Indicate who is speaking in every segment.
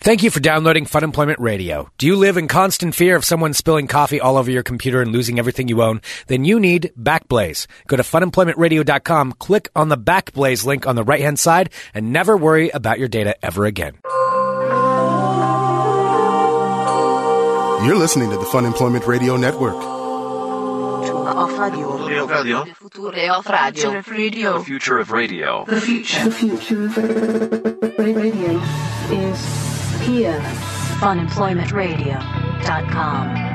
Speaker 1: Thank you for downloading Fun Employment Radio. Do you live in constant fear of someone spilling coffee all over your computer and losing everything you own? Then you need Backblaze. Go to funemploymentradio.com, click on the Backblaze link on the right hand side, and never worry about your data ever again.
Speaker 2: You're listening to the Fun Employment Radio Network.
Speaker 3: Off radio.
Speaker 4: Future of radio.
Speaker 3: Future off radio.
Speaker 4: The future of radio.
Speaker 3: The future.
Speaker 5: The future of radio is here.
Speaker 6: Funemploymentradio.com.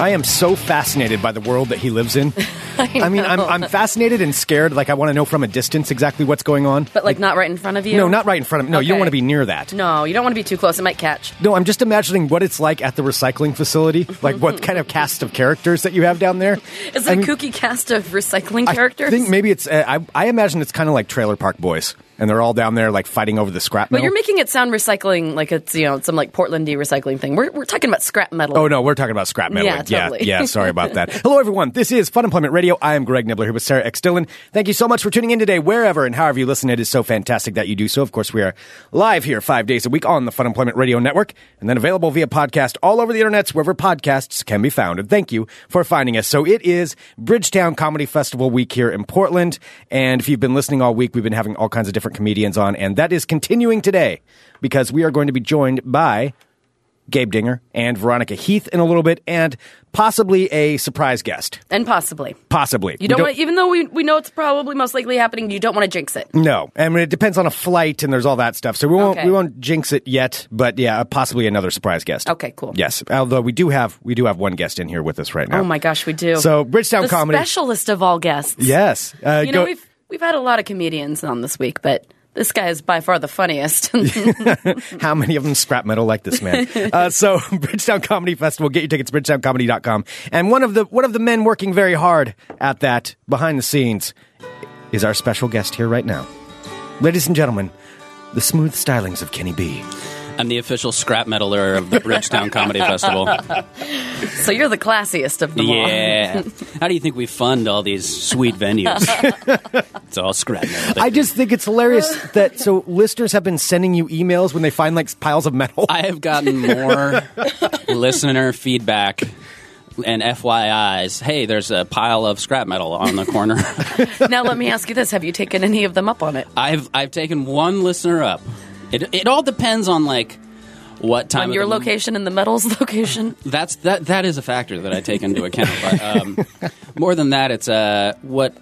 Speaker 1: I am so fascinated by the world that he lives in. I, mean, I'm, I'm fascinated and scared. Like, I want to know from a distance exactly what's going on.
Speaker 7: But like not right in front of you.
Speaker 1: No, not right in front of me. No, you don't
Speaker 7: Okay.
Speaker 1: want to be near that.
Speaker 7: No, you don't want to be too close. It might catch.
Speaker 1: No, I'm just imagining what it's like at the recycling facility. Like, what kind of cast of characters that you have down there.
Speaker 7: Is it a kooky cast of recycling characters?
Speaker 1: I think maybe it's. Uh, I, I imagine it's kind of like Trailer Park Boys, and they're all down there like fighting over the scrap
Speaker 7: but
Speaker 1: metal.
Speaker 7: you're making it sound recycling like it's you know some like Portlandy recycling thing. We're we're talking about scrap metal.
Speaker 1: Oh no, we're talking about scrap metal.
Speaker 7: Yeah, totally.
Speaker 1: yeah, Sorry about that. Hello, everyone. This is Fun Employment Radio. I am Greg Nibbler here with Sarah X Dillon. Thank you so much for tuning in today, wherever and however you listen. It is so fantastic that you do so. Of course, we are live here five days a week on the Fun Employment Radio Network, and then available via podcast all over the internets wherever podcasts can be found. And thank you for finding us. So it is Bridgetown Comedy Festival week here in Portland, and if you've been listening all week, we've been having all kinds of different comedians on, and that is continuing today because we are going to be joined by. Gabe Dinger and Veronica Heath in a little bit, and possibly a surprise guest.
Speaker 7: and possibly
Speaker 1: Possibly.
Speaker 7: you don't, want. Even though we we know it's probably most likely happening, you don't want to jinx it.
Speaker 1: No, I mean it depends on a flight, and there's all that stuff. So we won't
Speaker 7: Okay.
Speaker 1: we won't jinx it yet, but yeah, possibly another surprise guest.
Speaker 7: Okay, cool.
Speaker 1: Yes, although we do have we do have one guest in here with us right now.
Speaker 7: Oh my gosh, we do.
Speaker 1: So, Bridgetown
Speaker 7: the
Speaker 1: Comedy-
Speaker 7: specialist of all guests.
Speaker 1: Yes, uh,
Speaker 7: you know
Speaker 1: go-
Speaker 7: we've we've had a lot of comedians on this week, but this guy is by far the funniest.
Speaker 1: How many of them scrap metal like this man? uh, so Bridgetown Comedy Festival, get your tickets bridgetowncomedy.com. And one of the one of the men working very hard at that behind the scenes is our special guest here right now. Ladies and gentlemen, the smooth stylings of Kenny B.
Speaker 8: I'm the official scrap metaler of the Bridgetown Comedy Festival.
Speaker 7: so you're the classiest of them all.
Speaker 8: Yeah. How do you think we fund all these sweet venues? it's all scrap metal.
Speaker 1: I just think it's hilarious that so listeners have been sending you emails when they find like piles of metal.
Speaker 8: I have gotten more listener feedback and FYIs. Hey, there's a pile of scrap metal on the corner.
Speaker 7: now let me ask you this: Have you taken any of them up on it?
Speaker 8: I've I've taken one listener up. It it all depends on like what time
Speaker 7: On
Speaker 8: of
Speaker 7: your
Speaker 8: the month-
Speaker 7: location and the metals location.
Speaker 8: That's that. That is a factor that I take into account. But um, more than that, it's uh, what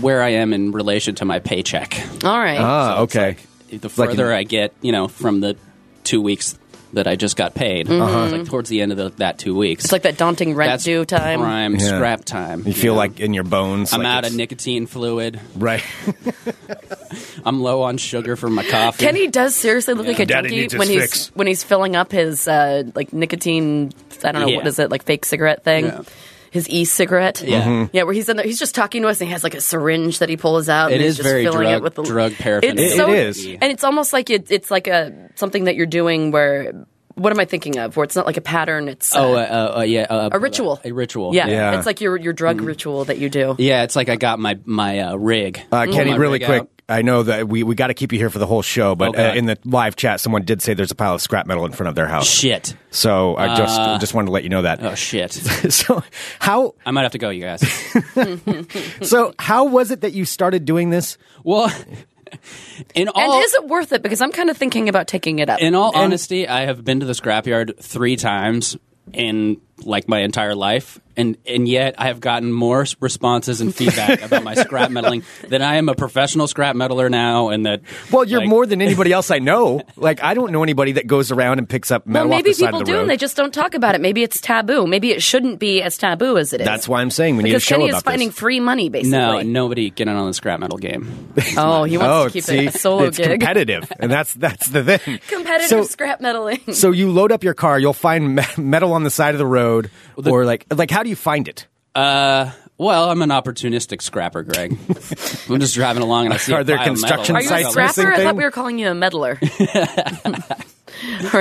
Speaker 8: where I am in relation to my paycheck.
Speaker 7: All right.
Speaker 8: Uh,
Speaker 1: ah, okay.
Speaker 8: The
Speaker 1: like
Speaker 8: further
Speaker 1: an-
Speaker 8: I get, you know, from the two weeks that I just got paid,
Speaker 1: Mm-hmm.
Speaker 8: it's like towards the end of the, that two weeks,
Speaker 7: it's like that daunting rent
Speaker 8: that's
Speaker 7: due time.
Speaker 8: prime
Speaker 1: Yeah.
Speaker 8: scrap time.
Speaker 1: you feel
Speaker 8: know?
Speaker 1: like in your bones.
Speaker 8: I'm
Speaker 1: like
Speaker 8: out
Speaker 1: it's-
Speaker 8: of nicotine fluid.
Speaker 1: Right.
Speaker 8: I'm low on sugar for my coffee.
Speaker 7: Kenny does seriously look like a
Speaker 1: Daddy
Speaker 7: junkie
Speaker 1: needs his
Speaker 7: when he's
Speaker 1: fix.
Speaker 7: when he's filling up his uh, like nicotine. I don't know what
Speaker 8: Yeah.
Speaker 7: is it like fake cigarette thing.
Speaker 8: Yeah.
Speaker 7: His e-cigarette,
Speaker 8: Yeah. Mhm.
Speaker 1: Mm-hmm.
Speaker 7: yeah, where he's in there, he's just talking to us, and he has like a syringe that he pulls out.
Speaker 8: It
Speaker 7: and he's
Speaker 8: is
Speaker 7: just
Speaker 8: very
Speaker 7: filling
Speaker 8: drug-
Speaker 7: it with the,
Speaker 8: drug paraphernalia.
Speaker 7: It's
Speaker 1: It-
Speaker 7: so,
Speaker 1: it is.
Speaker 7: and it's almost like it, it's like a something that you're doing where. What am I thinking of? Where it's not like a pattern, it's
Speaker 8: oh,
Speaker 7: uh,
Speaker 8: uh, uh, uh, yeah, uh,
Speaker 7: a ritual.
Speaker 8: a ritual.
Speaker 7: Yeah.
Speaker 1: Yeah.
Speaker 7: It's like your your drug ritual that you do.
Speaker 8: yeah. It's like I got my my uh, rig.
Speaker 1: Uh, Kenny,
Speaker 8: my
Speaker 1: really
Speaker 8: rig
Speaker 1: quick.
Speaker 8: out.
Speaker 1: I know that we, we got to keep you here for the whole show, but uh,
Speaker 8: Okay.
Speaker 1: in the live chat, someone did say there's a pile of scrap metal in front of their house.
Speaker 8: Shit.
Speaker 1: So I just
Speaker 7: Uh,
Speaker 1: just wanted to let you know that.
Speaker 8: Oh shit.
Speaker 1: so how
Speaker 8: I might have to go, you guys.
Speaker 1: so how was it that you started doing this?
Speaker 8: well, in
Speaker 7: And
Speaker 8: all
Speaker 7: is it worth it? Because I'm kind of thinking about taking it up.
Speaker 8: in all honesty, I have been to the scrapyard three times in like my entire life, and and yet I have gotten more s- responses and feedback about my scrap meddling than I am a professional scrap meddler now, and that
Speaker 1: Well, you're
Speaker 8: like,
Speaker 1: more than anybody else I know. Like I don't know anybody that goes around and picks up
Speaker 7: well,
Speaker 1: metal
Speaker 7: maybe
Speaker 1: off the side
Speaker 7: people
Speaker 1: of the
Speaker 7: do,
Speaker 1: road.
Speaker 7: and they just don't talk about it. Maybe it's taboo. Maybe it shouldn't be as taboo as it is.
Speaker 1: That's why I'm saying we need a
Speaker 7: because
Speaker 1: show
Speaker 7: Kenny
Speaker 1: about
Speaker 7: is finding
Speaker 1: this.
Speaker 7: free money, basically.
Speaker 8: No, nobody getting on the scrap metal game.
Speaker 7: Oh, he wants
Speaker 1: oh,
Speaker 7: to keep
Speaker 1: see,
Speaker 7: it a solo
Speaker 1: it's
Speaker 7: gig.
Speaker 1: competitive, and that's that's the thing.
Speaker 7: Competitive
Speaker 1: So-
Speaker 7: scrap meddling.
Speaker 1: So you load up your car, you'll find me- metal on the side of the road, or like like how do you find it?
Speaker 8: Well, I'm an opportunistic scrapper, Greg. I'm just driving along and I see.
Speaker 1: Are
Speaker 8: a
Speaker 1: there
Speaker 8: pile of metal.
Speaker 1: construction
Speaker 7: Are you a
Speaker 1: sites missing
Speaker 7: scrapper? I
Speaker 1: thing?
Speaker 7: thought we were calling you a meddler. or a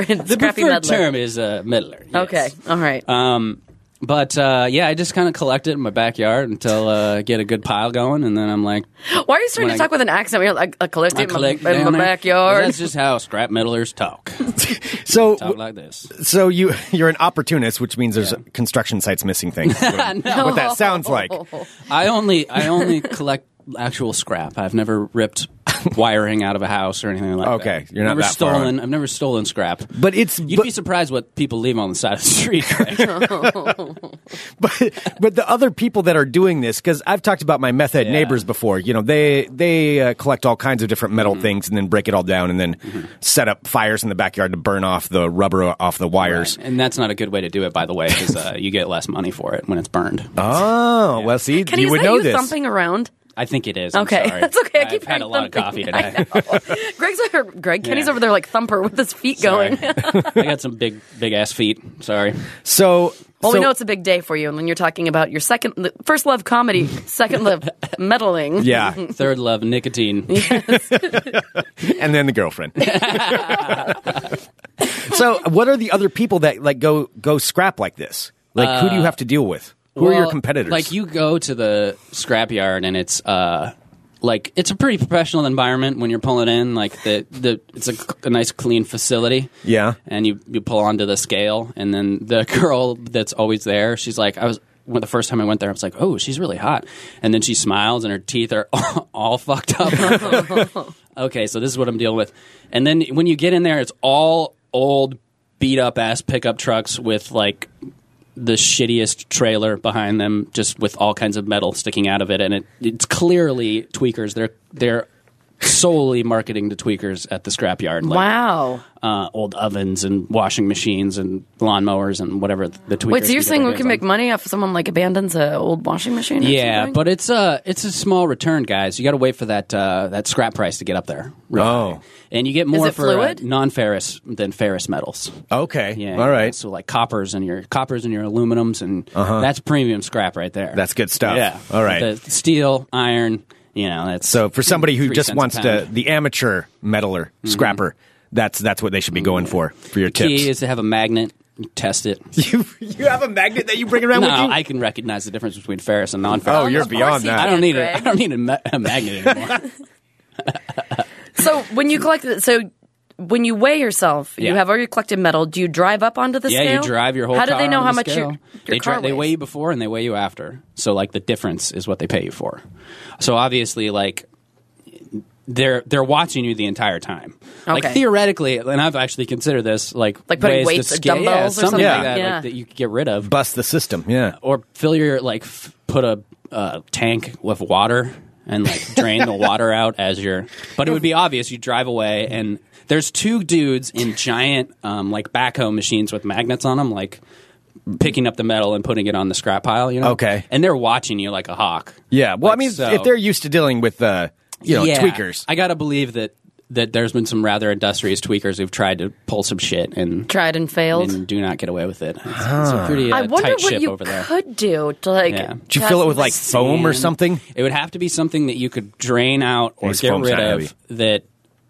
Speaker 8: The
Speaker 7: scrappy
Speaker 8: preferred
Speaker 7: meddler.
Speaker 8: term is uh, meddler. yes.
Speaker 7: Okay, all right.
Speaker 8: Um, But uh, yeah, I just kind of collect it in my backyard until uh, I get a good pile going, and then I'm like,
Speaker 7: Why are you starting
Speaker 8: When
Speaker 7: to
Speaker 8: I-
Speaker 7: talk with an accent? When you're like, I collect
Speaker 8: I
Speaker 7: it in my,
Speaker 8: collect
Speaker 7: in my
Speaker 8: down there.
Speaker 7: backyard.
Speaker 8: That's just how scrap metalers talk.
Speaker 1: So,
Speaker 8: Talk like this.
Speaker 1: so you you're an opportunist, which means there's construction sites missing things. is what, what that sounds like.
Speaker 8: I only I only collect actual scrap. I've never ripped wiring out of a house or anything like that.
Speaker 1: Okay, you're not
Speaker 8: never
Speaker 1: that far
Speaker 8: stolen. I've never stolen scrap.
Speaker 1: But it's
Speaker 8: You'd
Speaker 1: but,
Speaker 8: be surprised what people leave on the side of the street.
Speaker 1: but but the other people that are doing this because I've talked about my meth head
Speaker 8: Yeah.
Speaker 1: neighbors before. You know, they they uh, collect all kinds of different metal
Speaker 7: Mm-hmm.
Speaker 1: things and then break it all down and then set up fires in the backyard to burn off the rubber off the wires.
Speaker 8: and that's not a good way to do it, by the way, because uh, you get less money for it when it's burned.
Speaker 1: Oh, well, see,
Speaker 7: Can
Speaker 1: you
Speaker 7: is
Speaker 1: would
Speaker 7: that
Speaker 1: know
Speaker 7: you
Speaker 1: this.
Speaker 7: thumping around?
Speaker 8: I think it is. I'm
Speaker 7: Okay,
Speaker 8: sorry.
Speaker 7: that's okay. I
Speaker 8: I've
Speaker 7: keep
Speaker 8: had a
Speaker 7: hearing
Speaker 8: lot of coffee
Speaker 7: thumping.
Speaker 8: today.
Speaker 7: I know. Greg's over. Greg Kenny's
Speaker 8: Yeah.
Speaker 7: over there like thumper with his feet
Speaker 8: Sorry.
Speaker 7: going.
Speaker 8: I got some big, big ass feet. Sorry.
Speaker 1: So,
Speaker 7: Well,
Speaker 1: so
Speaker 7: we know it's a big day for you, and when you're talking about your second, the first love comedy, second love meddling.
Speaker 1: yeah,
Speaker 8: Third love, nicotine.
Speaker 1: and then the girlfriend. so, what are the other people that like go go scrap like this? Like, who do you have to deal with? Who are your
Speaker 8: Uh, Well,
Speaker 1: competitors?
Speaker 8: Like you go to the scrapyard and it's uh like it's a pretty professional environment when you're pulling in. Like the the it's a, a nice clean facility.
Speaker 1: Yeah.
Speaker 8: and you you pull onto the scale, and then the girl that's always there, she's like, I was. When the first time I went there, I was like, "Oh, she's really hot," and then she smiles, and her teeth are all fucked up. And I'm like, okay, so this is what I'm dealing with. And then when you get in there, it's all old, beat up ass pickup trucks with like the shittiest trailer behind them, just with all kinds of metal sticking out of it, and it, it's clearly tweakers. They're they're solely marketing to tweakers at the scrapyard. Like,
Speaker 7: Wow.
Speaker 8: Uh, old ovens and washing machines and lawnmowers and whatever the tweakers.
Speaker 7: Wait, so you're
Speaker 8: get
Speaker 7: saying
Speaker 8: their
Speaker 7: we
Speaker 8: hands
Speaker 7: can
Speaker 8: on.
Speaker 7: make money off someone like abandons a old washing machine? Or
Speaker 8: Yeah,
Speaker 7: something?
Speaker 8: but it's a it's a small return, guys. You got to wait for that uh, that scrap price to get up there. Really.
Speaker 1: Oh.
Speaker 8: and you get more
Speaker 7: it
Speaker 8: for uh,
Speaker 7: fluid?
Speaker 8: non-ferrous than ferrous metals.
Speaker 1: okay,
Speaker 8: Yeah,
Speaker 1: all right. Uh-huh.
Speaker 8: So like coppers and your coppers and your aluminums, and that's premium scrap right there.
Speaker 1: That's good stuff.
Speaker 8: Yeah,
Speaker 1: All right.
Speaker 8: The steel, iron. You know, that's
Speaker 1: So for somebody who
Speaker 8: Three
Speaker 1: just
Speaker 8: cents a
Speaker 1: wants to
Speaker 8: pound. Mm-hmm.
Speaker 1: the amateur meddler scrapper, that's that's what they should be going for for your
Speaker 8: key
Speaker 1: tips.
Speaker 8: is to have a magnet. you Test it.
Speaker 1: you, you have a magnet that you bring around
Speaker 8: no,
Speaker 1: with you.
Speaker 8: I can recognize the difference between ferrous and non-ferrous.
Speaker 1: oh, you're
Speaker 7: Of course
Speaker 1: beyond
Speaker 7: he
Speaker 1: that.
Speaker 8: I
Speaker 7: Yeah,
Speaker 8: don't need a,
Speaker 7: Greg.
Speaker 8: I don't need a, ma- a magnet anymore.
Speaker 7: so when you collect, it- so when you weigh yourself,
Speaker 8: Yeah.
Speaker 7: you have already collected metal. Do you drive up onto the
Speaker 8: yeah,
Speaker 7: scale?
Speaker 8: you drive your whole.
Speaker 7: How do they
Speaker 8: car
Speaker 7: know
Speaker 8: on
Speaker 7: how
Speaker 8: the
Speaker 7: much
Speaker 8: scale.
Speaker 7: your, your
Speaker 8: they,
Speaker 7: car
Speaker 8: they
Speaker 7: weighs?
Speaker 8: weigh you before and they weigh you after. So like the difference is what they pay you for. So obviously, like they're they're watching you the entire time. Like
Speaker 7: Okay.
Speaker 8: theoretically, and I've actually considered this, like
Speaker 7: Like putting
Speaker 8: ways
Speaker 7: weights
Speaker 8: to
Speaker 7: or
Speaker 8: scale, yeah,
Speaker 7: dumbbells or
Speaker 8: something
Speaker 7: something?
Speaker 8: like that,
Speaker 7: Yeah.
Speaker 8: like, that you could get rid of,
Speaker 1: Bust the system. Yeah.
Speaker 8: or fill your like f- put a uh, tank with water and like drain the water out as you're. But it would be obvious. You drive away and there's two dudes in giant um, like backhoe machines with magnets on them, like picking up the metal and putting it on the scrap pile. You know,
Speaker 1: Okay.
Speaker 8: and they're watching you like a hawk.
Speaker 1: Yeah. Well, I
Speaker 8: Like,
Speaker 1: mean,
Speaker 8: so-
Speaker 1: if they're used to dealing with uh, you know
Speaker 8: Yeah.
Speaker 1: tweakers,
Speaker 8: I gotta believe that that there's been some rather industrious tweakers who've tried to pull some shit and.
Speaker 7: Tried and failed.
Speaker 8: And do not get away with it. It's, it's a pretty uh,
Speaker 7: I wonder
Speaker 8: tight
Speaker 7: what
Speaker 8: ship
Speaker 7: you
Speaker 8: over there.
Speaker 7: could do to like.
Speaker 8: Yeah.
Speaker 1: did you fill it with like foam or
Speaker 8: sand.
Speaker 1: something?
Speaker 8: It would have to be something that you could drain out or
Speaker 1: These
Speaker 8: get
Speaker 1: foam's
Speaker 8: rid
Speaker 1: not
Speaker 8: of
Speaker 1: heavy.
Speaker 8: that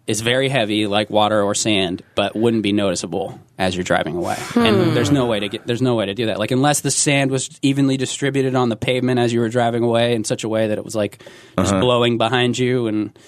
Speaker 8: is very heavy, like water or sand, but wouldn't be noticeable as you're driving away. And there's no way to get there's no way to do that. Like unless the sand was evenly distributed on the pavement as you were driving away in such a way that it was like just
Speaker 1: Uh-huh.
Speaker 8: blowing behind you and.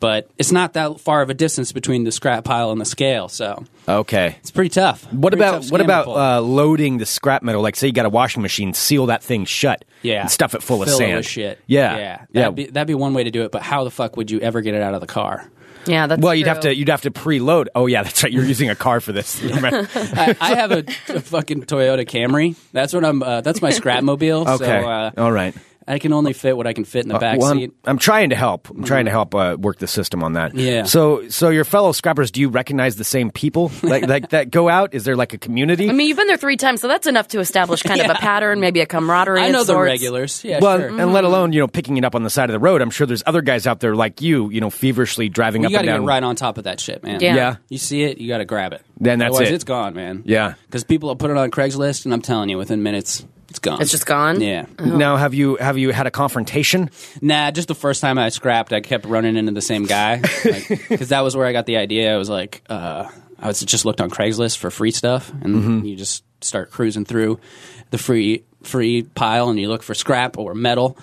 Speaker 8: But it's not that far of a distance between the scrap pile and the scale, so
Speaker 1: Okay.
Speaker 8: it's pretty tough.
Speaker 1: What
Speaker 8: Pretty
Speaker 1: about
Speaker 8: tough
Speaker 1: what
Speaker 8: sand to
Speaker 1: about
Speaker 8: pull.
Speaker 1: uh, loading the scrap metal? Like, say you got a washing machine, seal that thing shut.
Speaker 8: Yeah,
Speaker 1: and stuff it full of
Speaker 8: Fill
Speaker 1: sand.
Speaker 8: It with shit.
Speaker 1: Yeah,
Speaker 8: yeah. That'd,
Speaker 1: yeah.
Speaker 8: Be, that'd be one way to do it. But how the fuck would you ever get it out of the car?
Speaker 7: Yeah, that's
Speaker 1: well, you'd have
Speaker 7: true.
Speaker 1: to you'd have to preload. Oh yeah, that's right. You're using a car for this.
Speaker 8: I, I have a, a fucking Toyota Camry. That's what I'm. Uh, that's my scrap mobile.
Speaker 1: Okay,
Speaker 8: So, uh,
Speaker 1: all right. Uh,
Speaker 8: I can only fit what I can fit in the back
Speaker 1: Well, I'm,
Speaker 8: seat.
Speaker 1: I'm trying to help. I'm trying to help uh, work the system on that.
Speaker 8: Mm-hmm. Yeah.
Speaker 1: So, so your fellow scrappers, do you recognize the same people like, like that go out? Is there like a community?
Speaker 7: I mean, you've been there three times, so that's enough to establish kind of a pattern, maybe a camaraderie.
Speaker 8: I know
Speaker 7: of
Speaker 8: the
Speaker 7: sorts.
Speaker 8: regulars. Yeah,
Speaker 1: well, mm-hmm.
Speaker 8: sure.
Speaker 1: and
Speaker 7: Mm-hmm.
Speaker 1: let alone you know picking it up on the side of the road. I'm sure there's other guys out there like you, you know, feverishly driving
Speaker 8: you
Speaker 1: up
Speaker 8: got
Speaker 1: and
Speaker 8: to get
Speaker 1: down.
Speaker 8: right on top of that shit, man.
Speaker 7: Yeah.
Speaker 1: Yeah.
Speaker 8: You see it, you got to grab it.
Speaker 1: Then that's
Speaker 8: Otherwise,
Speaker 1: it.
Speaker 8: It's gone, man.
Speaker 1: Yeah.
Speaker 8: Because people will put it on Craigslist, and I'm telling you, within minutes, it's gone.
Speaker 7: It's just gone?
Speaker 8: Yeah.
Speaker 7: Uh-huh.
Speaker 1: Now, have you have you had a confrontation?
Speaker 8: Nah, just the first time I scrapped, I kept running into the same guy because that was where I got the idea. I was like, uh, I was just looked on Craigslist for free stuff, and you just start cruising through the free free pile, and you look for scrap or metal,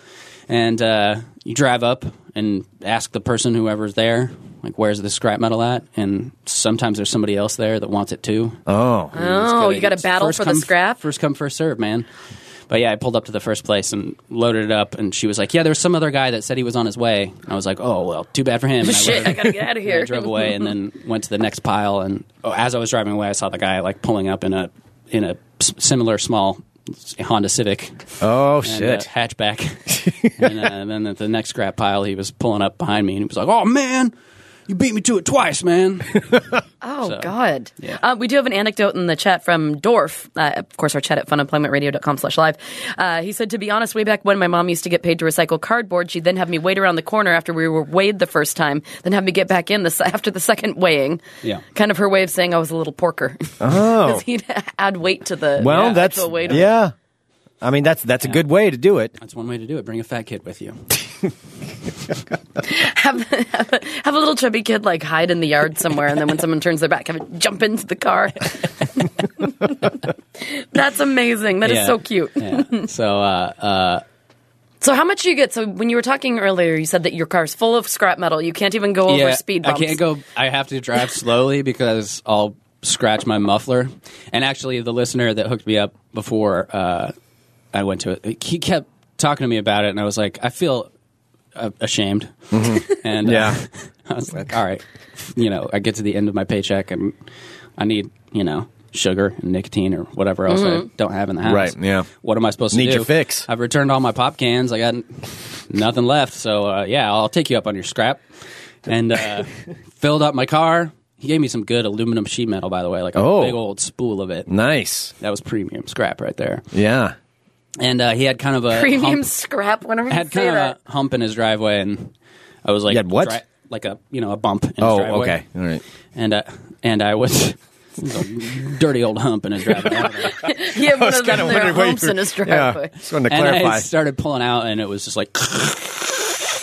Speaker 8: and uh, you drive up and ask the person whoever's there, like, "Where's the scrap metal at?" And sometimes there's somebody else there that wants it too.
Speaker 1: Oh,
Speaker 7: Oh, you got to
Speaker 8: It's
Speaker 7: battle
Speaker 8: first
Speaker 7: for the
Speaker 8: come,
Speaker 7: scrap.
Speaker 8: First come, first serve, man. But yeah, I pulled up to the first place and loaded it up, and she was like, "Yeah, there was some other guy that said he was on his way." And I was like, "Oh well, too bad for him." And I
Speaker 7: Shit,
Speaker 8: loaded
Speaker 7: I gotta get out of
Speaker 8: and
Speaker 7: here.
Speaker 8: I drove away and then went to the next pile. And oh, as I was driving away, I saw the guy like pulling up in a in a s- similar small Honda Civic
Speaker 1: oh
Speaker 8: and, uh,
Speaker 1: shit.
Speaker 8: hatchback. and, uh, and then at the next scrap pile, he was pulling up behind me and he was like, "Oh man, you beat me to it twice, man."
Speaker 7: Oh
Speaker 8: So,
Speaker 7: God! Uh, we do have an anecdote in the chat from Dorf. Uh, of course, our chat at funemploymentradio.com slash live. Uh, he said, "To be honest, way back when my mom used to get paid to recycle cardboard, she'd then have me wait around the corner after we were weighed the first time, then have me get back in the se- after the second weighing.
Speaker 8: Yeah.
Speaker 7: kind of her way of saying I was a little porker.
Speaker 1: Oh.
Speaker 7: because he'd add weight to the
Speaker 1: Well,
Speaker 7: actual
Speaker 1: that's
Speaker 7: weight of-
Speaker 1: yeah. I mean, that's that's a good way to do it.
Speaker 8: That's one way to do it. Bring a fat kid with you.
Speaker 7: have, have, a, have a little chubby kid like hide in the yard somewhere, and then when someone turns their back, have it jump into the car. That's amazing. That is
Speaker 8: Yeah.
Speaker 7: so cute.
Speaker 8: Yeah. So uh,
Speaker 7: So how much do you get? So when you were talking earlier, you said that your car's full of scrap metal. You can't even go over speed bumps.
Speaker 8: I can't go. I have to drive slowly because I'll scratch my muffler. And actually, the listener that hooked me up before uh, I went to it, he kept talking to me about it, and I was like, I feel uh, ashamed. and uh,
Speaker 1: Mm-hmm. Yeah.
Speaker 8: I was like, all right, you know, I get to the end of my paycheck, and I need, you know. Sugar and nicotine, or whatever else
Speaker 7: Mm-hmm.
Speaker 8: I don't have in the house.
Speaker 1: Right, yeah.
Speaker 8: What am I supposed
Speaker 1: Need
Speaker 8: to do?
Speaker 1: your fix.
Speaker 8: I've returned all my pop cans. I got nothing left. So uh, yeah, I'll take you up on your scrap. And uh, filled up my car. He gave me some good aluminum sheet metal, by the way, like a
Speaker 1: Oh.
Speaker 8: big old spool of it.
Speaker 1: Nice.
Speaker 8: That was premium scrap right there.
Speaker 1: Yeah.
Speaker 8: And uh, he had kind of a
Speaker 7: Premium
Speaker 8: hump,
Speaker 7: scrap. Whenever you
Speaker 8: had
Speaker 7: say
Speaker 8: kind of
Speaker 7: that,
Speaker 8: a hump in his driveway, and I was like,
Speaker 1: You had what?
Speaker 8: like a you know a bump. In his
Speaker 1: Oh,
Speaker 8: driveway.
Speaker 1: okay. All right.
Speaker 8: And uh, and I was. it was a dirty old hump in his driveway.
Speaker 7: he had one of them there
Speaker 1: what
Speaker 7: humps
Speaker 1: you-
Speaker 7: in his
Speaker 1: Yeah.
Speaker 7: driveway.
Speaker 1: Just wanted to
Speaker 8: and
Speaker 1: clarify.
Speaker 8: I started pulling out, and it was just like